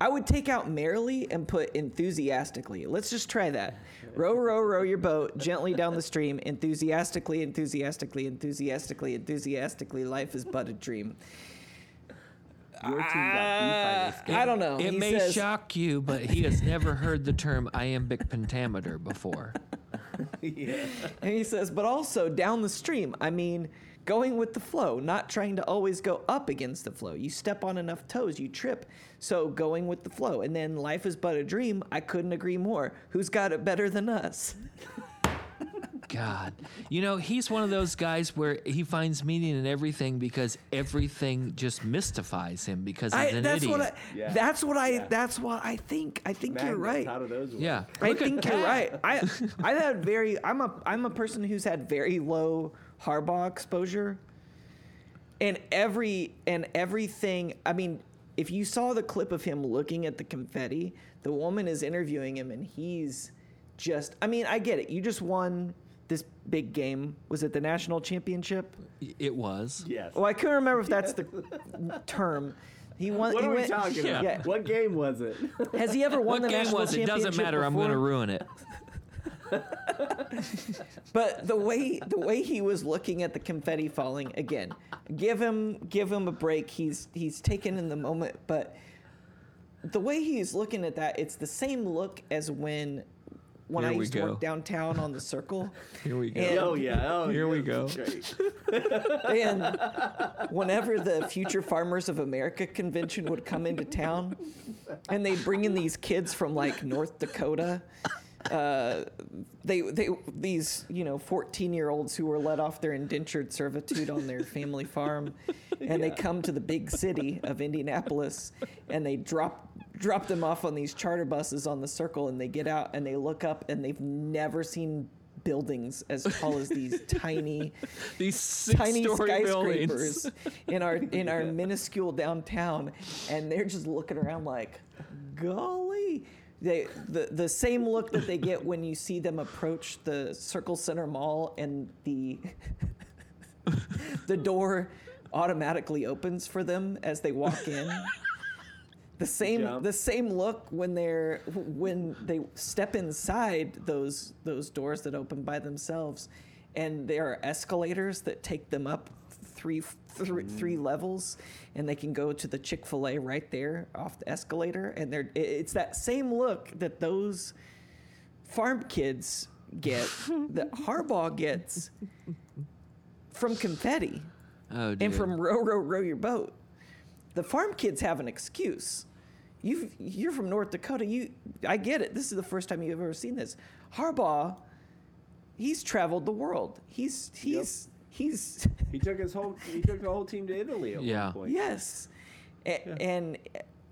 Speaker 3: I would take out merrily and put enthusiastically. Let's just try that. Row, row, row your boat gently down the stream, enthusiastically, enthusiastically, enthusiastically, enthusiastically. Life is but a dream.
Speaker 1: Your team got beat by this guy.
Speaker 3: Ah, I don't know.
Speaker 2: It
Speaker 3: He
Speaker 2: may
Speaker 3: says-
Speaker 2: shock you, but he has never heard the term iambic pentameter before.
Speaker 3: And he says, but also down the stream. I mean, going with the flow, not trying to always go up against the flow. You step on enough toes, you trip. So going with the flow. And then life is but a dream. I couldn't agree more. Who's got it better than us?
Speaker 2: God. You know, he's one of those guys where he finds meaning in everything because everything just mystifies him because he's
Speaker 3: I,
Speaker 2: an
Speaker 3: that's
Speaker 2: idiot.
Speaker 3: what I.
Speaker 1: Yeah.
Speaker 3: That's what I.
Speaker 1: Yeah.
Speaker 3: That's what I think. I think you're right.
Speaker 1: Out of those ones.
Speaker 2: yeah.
Speaker 3: I
Speaker 2: Look at
Speaker 3: think you're
Speaker 2: that.
Speaker 3: right. I I've had very. I'm a I'm a person who's had very low Harbaugh exposure, and every and everything. I mean, if you saw the clip of him looking at the confetti, the woman is interviewing him, and he's just. I mean, I get it. You just won this big game. Was it the national championship?
Speaker 2: It was.
Speaker 1: Yes.
Speaker 3: Well, I couldn't remember if that's the term. He won.
Speaker 1: what
Speaker 3: he
Speaker 1: are we
Speaker 3: went-
Speaker 1: talking about?
Speaker 3: Yeah.
Speaker 1: What game was it?
Speaker 3: Has he ever
Speaker 2: What
Speaker 3: won the
Speaker 2: game
Speaker 3: national
Speaker 2: was it?
Speaker 3: championship?
Speaker 2: Doesn't matter. I'm
Speaker 3: before?
Speaker 2: going to ruin it.
Speaker 3: But the way the way he was looking at the confetti falling again, give him give him a break. He's he's taken in the moment, but the way he's looking at that, it's the same look as when when
Speaker 2: Here
Speaker 3: I
Speaker 2: we
Speaker 3: used to
Speaker 2: go.
Speaker 3: work downtown on the circle.
Speaker 2: Here we go.
Speaker 3: And-
Speaker 1: oh yeah. Oh,
Speaker 2: Here we go.
Speaker 1: Great.
Speaker 3: and whenever the Future Farmers of America convention would come into town, and they'd bring in these kids from like North Dakota, uh, they they these you know 14 year olds who were let off their indentured servitude on their family farm, and they come to the big city of Indianapolis, and they drop drop them off on these charter buses on the circle, and they get out and they look up and they've never seen. Buildings as tall as these tiny
Speaker 2: These six
Speaker 3: tiny
Speaker 2: story
Speaker 3: skyscrapers
Speaker 2: buildings.
Speaker 3: in our in our minuscule downtown, and they're just looking around like, golly. They, the the same look that they get when you see them approach the Circle Center Mall and the the door automatically opens for them as they walk in. The same
Speaker 1: Jump.
Speaker 3: the same look when they're when they step inside those those doors that open by themselves, and there are escalators that take them up three three, three levels, and they can go to the Chick Fil A right there off the escalator, and they're it- it's that same look that those farm kids get that Harbaugh gets from confetti
Speaker 2: Oh, dude.
Speaker 3: and from row row row your boat the farm kids have an excuse you you're from north dakota you i get it this is the first time you've ever seen this harbaugh he's traveled the world he's he's he's
Speaker 1: He took his whole. He took the whole team to Italy at
Speaker 2: Yeah.
Speaker 1: one point.
Speaker 3: yes A- and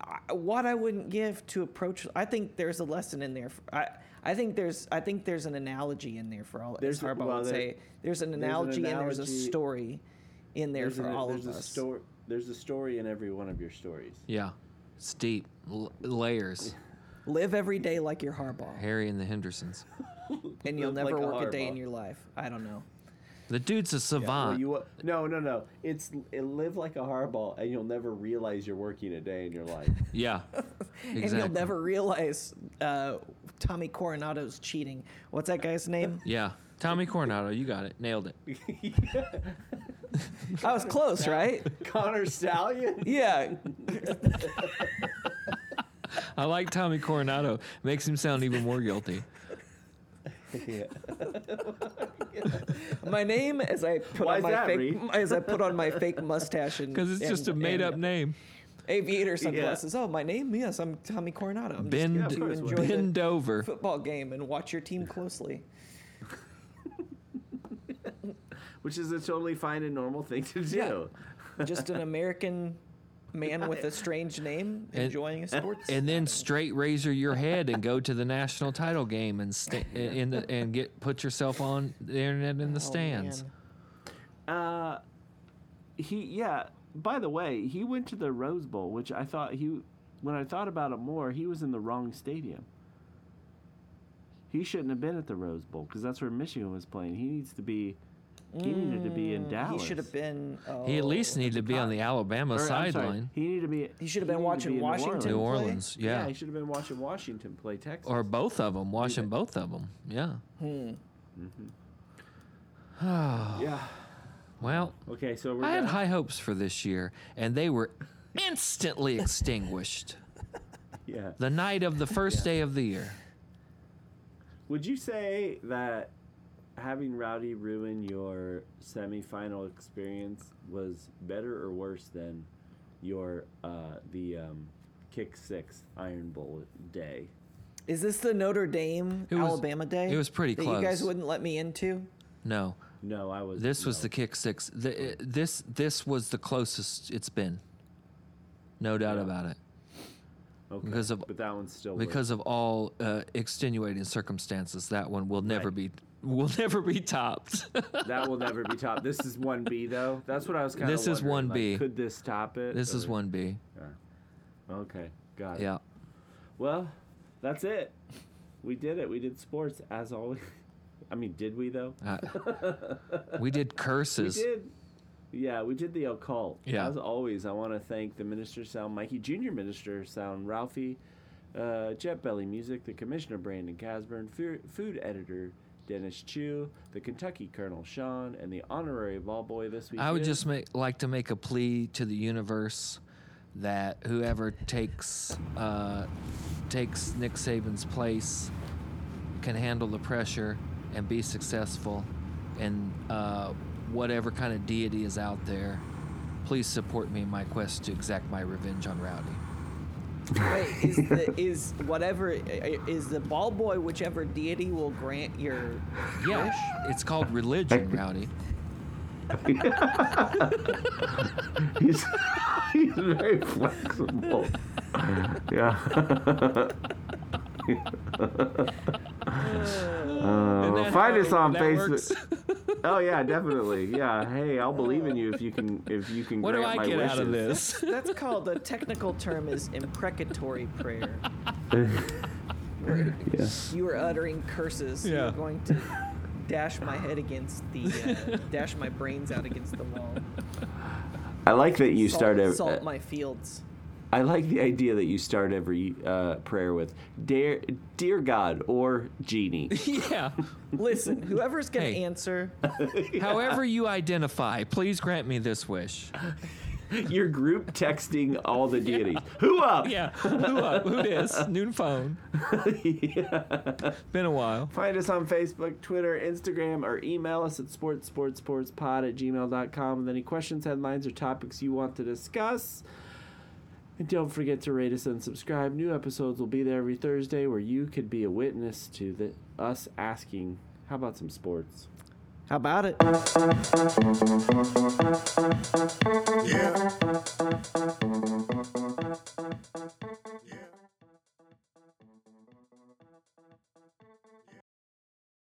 Speaker 3: I, what i wouldn't give to approach i think there's a lesson in there for, i I think there's I think there's an analogy in there for all
Speaker 1: There's-
Speaker 3: as Harbaugh
Speaker 1: well,
Speaker 3: would
Speaker 1: there-
Speaker 3: say. There's an
Speaker 1: there's an
Speaker 3: analogy, and there's a
Speaker 1: analogy-
Speaker 3: story in there
Speaker 1: There's,
Speaker 3: for
Speaker 1: an-
Speaker 3: all
Speaker 1: there's
Speaker 3: of
Speaker 1: a
Speaker 3: us.
Speaker 1: story. There's a story in every one of your stories.
Speaker 2: yeah. It's deep. L- layers.
Speaker 3: Live every day like you're Harbaugh,
Speaker 2: Harry and the Hendersons.
Speaker 3: and you'll
Speaker 1: Live like
Speaker 3: never
Speaker 1: a
Speaker 3: work a day in
Speaker 1: Harbaugh.
Speaker 3: your life. I don't know.
Speaker 2: The dude's a
Speaker 1: Well,
Speaker 2: savant.
Speaker 1: you wa- no, no, no. It's it live like a hardball, and you'll never realize you're working a day in your life.
Speaker 2: yeah.
Speaker 3: And
Speaker 2: Exactly.
Speaker 3: you'll never realize uh, Tommy Coronado's cheating. What's that guy's name?
Speaker 2: Yeah. Tommy Coronado, you got it. Nailed it.
Speaker 3: I was close, right?
Speaker 1: Connor Stallion.
Speaker 3: Yeah.
Speaker 2: I like Tommy Coronado. Makes him sound even more guilty.
Speaker 1: yeah.
Speaker 3: My name, as I put
Speaker 1: Why
Speaker 3: on
Speaker 1: is
Speaker 3: my
Speaker 1: that,
Speaker 3: fake,
Speaker 1: Reed?
Speaker 3: as I put on my fake mustache and
Speaker 2: Because it's just a
Speaker 3: and-
Speaker 2: made up
Speaker 3: and
Speaker 2: name.
Speaker 3: aviator sunglasses. Oh, my name? Yes, I'm Tommy Coronado. I'm
Speaker 2: Bend,
Speaker 1: of
Speaker 3: just here
Speaker 1: course,
Speaker 3: to
Speaker 1: why
Speaker 3: enjoy
Speaker 2: bend
Speaker 3: the
Speaker 2: over.
Speaker 3: football game and watch your team closely.
Speaker 1: Which is a totally fine and normal thing to do.
Speaker 3: Just an American man with a strange name
Speaker 2: And-
Speaker 3: enjoying a sports.
Speaker 2: And then straight razor your head and go to the national title game and sta- in the, and get put yourself on the internet in the
Speaker 3: Oh,
Speaker 2: stands.
Speaker 3: man.
Speaker 1: Uh, He yeah. By the way, he went to the Rose Bowl, which I thought he when I thought about it more, he was in the wrong stadium. He shouldn't have been at the Rose Bowl because that's where Michigan was playing. He needs to be. He needed to be in Dallas.
Speaker 3: Mm, He should have been. Oh,
Speaker 2: He at least needed to be on the Alabama
Speaker 1: Or, I'm sorry,
Speaker 2: sideline.
Speaker 1: He needed to be.
Speaker 3: He should have been
Speaker 1: needed to
Speaker 3: watching
Speaker 1: be in New
Speaker 3: Washington.
Speaker 1: Orleans.
Speaker 2: New
Speaker 3: play?
Speaker 2: Orleans, yeah.
Speaker 1: he should have been watching Washington play Texas.
Speaker 2: Or both of them, watching both of them. Yeah.
Speaker 1: yeah.
Speaker 2: Well,
Speaker 1: Okay, so we're
Speaker 2: I had
Speaker 1: done.
Speaker 2: high hopes for this year, and they were instantly extinguished
Speaker 1: yeah.
Speaker 2: the night of the first day of the year.
Speaker 1: Would you say that having Rowdy ruin your semifinal experience was better or worse than your uh, the um, kick six Iron Bowl day?
Speaker 3: Is this the Notre Dame
Speaker 2: It was-
Speaker 3: Alabama day?
Speaker 2: it was pretty
Speaker 3: that You guys
Speaker 2: close.
Speaker 3: wouldn't let me into.
Speaker 2: No,
Speaker 1: No, I was.
Speaker 2: this was
Speaker 1: no.
Speaker 2: the kick six. The, uh, this this was the closest it's been. No doubt
Speaker 1: Yeah.
Speaker 2: about it.
Speaker 1: okay.
Speaker 2: because of-
Speaker 1: but that one's still worse.
Speaker 2: Because of all uh, extenuating circumstances, that one will never be will never be topped.
Speaker 1: that will never be topped. This is one B though. That's what I was kind of.
Speaker 2: This is 1B.
Speaker 1: could this top it?
Speaker 2: this is
Speaker 1: Or-
Speaker 2: one B.
Speaker 1: Okay, got it.
Speaker 2: Yeah.
Speaker 1: Well, that's it. We did it. We did sports as always. I mean, did we though?
Speaker 2: Uh, we did curses.
Speaker 1: We did. Yeah, we did the occult.
Speaker 2: Yeah.
Speaker 1: As always, I want to thank the Minister of Sound, Mikey Junior, Minister of Sound, Ralphie, uh, Jet Belly Music, the Commissioner Brandon Casburn, fu- Food Editor Dennis Chu, the Kentucky Colonel Sean, and the honorary ball boy this week.
Speaker 2: I would
Speaker 1: is-
Speaker 2: just make, like to make a plea to the universe that whoever takes uh, takes Nick Saban's place can handle the pressure and be successful, and uh, whatever kind of deity is out there, please support me in my quest to exact my revenge on Rowdy.
Speaker 3: Wait, is the is whatever is the ball boy whichever deity will grant your
Speaker 2: Yeah, it's called religion, Rowdy.
Speaker 1: He's, he's very flexible. yeah. Uh,
Speaker 2: that
Speaker 1: find
Speaker 2: how
Speaker 1: us on
Speaker 2: that
Speaker 1: Facebook. oh yeah, definitely. Yeah. Hey, I'll believe in you if you can. If you can.
Speaker 2: What do
Speaker 1: grant
Speaker 2: I
Speaker 1: my
Speaker 2: get out of
Speaker 1: wishes.
Speaker 2: this?
Speaker 3: That's called the technical term is imprecatory prayer. You are uttering curses.
Speaker 2: Yeah.
Speaker 3: You're going to dash my head against the uh, dash my brains out against the wall.
Speaker 1: I like that you
Speaker 3: salt,
Speaker 1: start. ev- uh,
Speaker 3: salt my fields.
Speaker 1: I like the idea that you start every uh, prayer with "Dear, dear God" or "Genie."
Speaker 2: yeah.
Speaker 3: Listen, whoever's gonna
Speaker 2: Hey.
Speaker 3: answer,
Speaker 2: However you identify, please grant me this wish.
Speaker 1: Your group texting all the deities. Who up?
Speaker 2: Yeah. Who up? Who dis? Noon phone. Been a while.
Speaker 1: Find us on Facebook, Twitter, Instagram, or email us at sportsportsportspod at gmail.com with any questions, headlines, or topics you want to discuss. And don't forget to rate us and subscribe. New episodes will be there every Thursday where you could be a witness to the, us asking, how about some sports?
Speaker 3: how about it?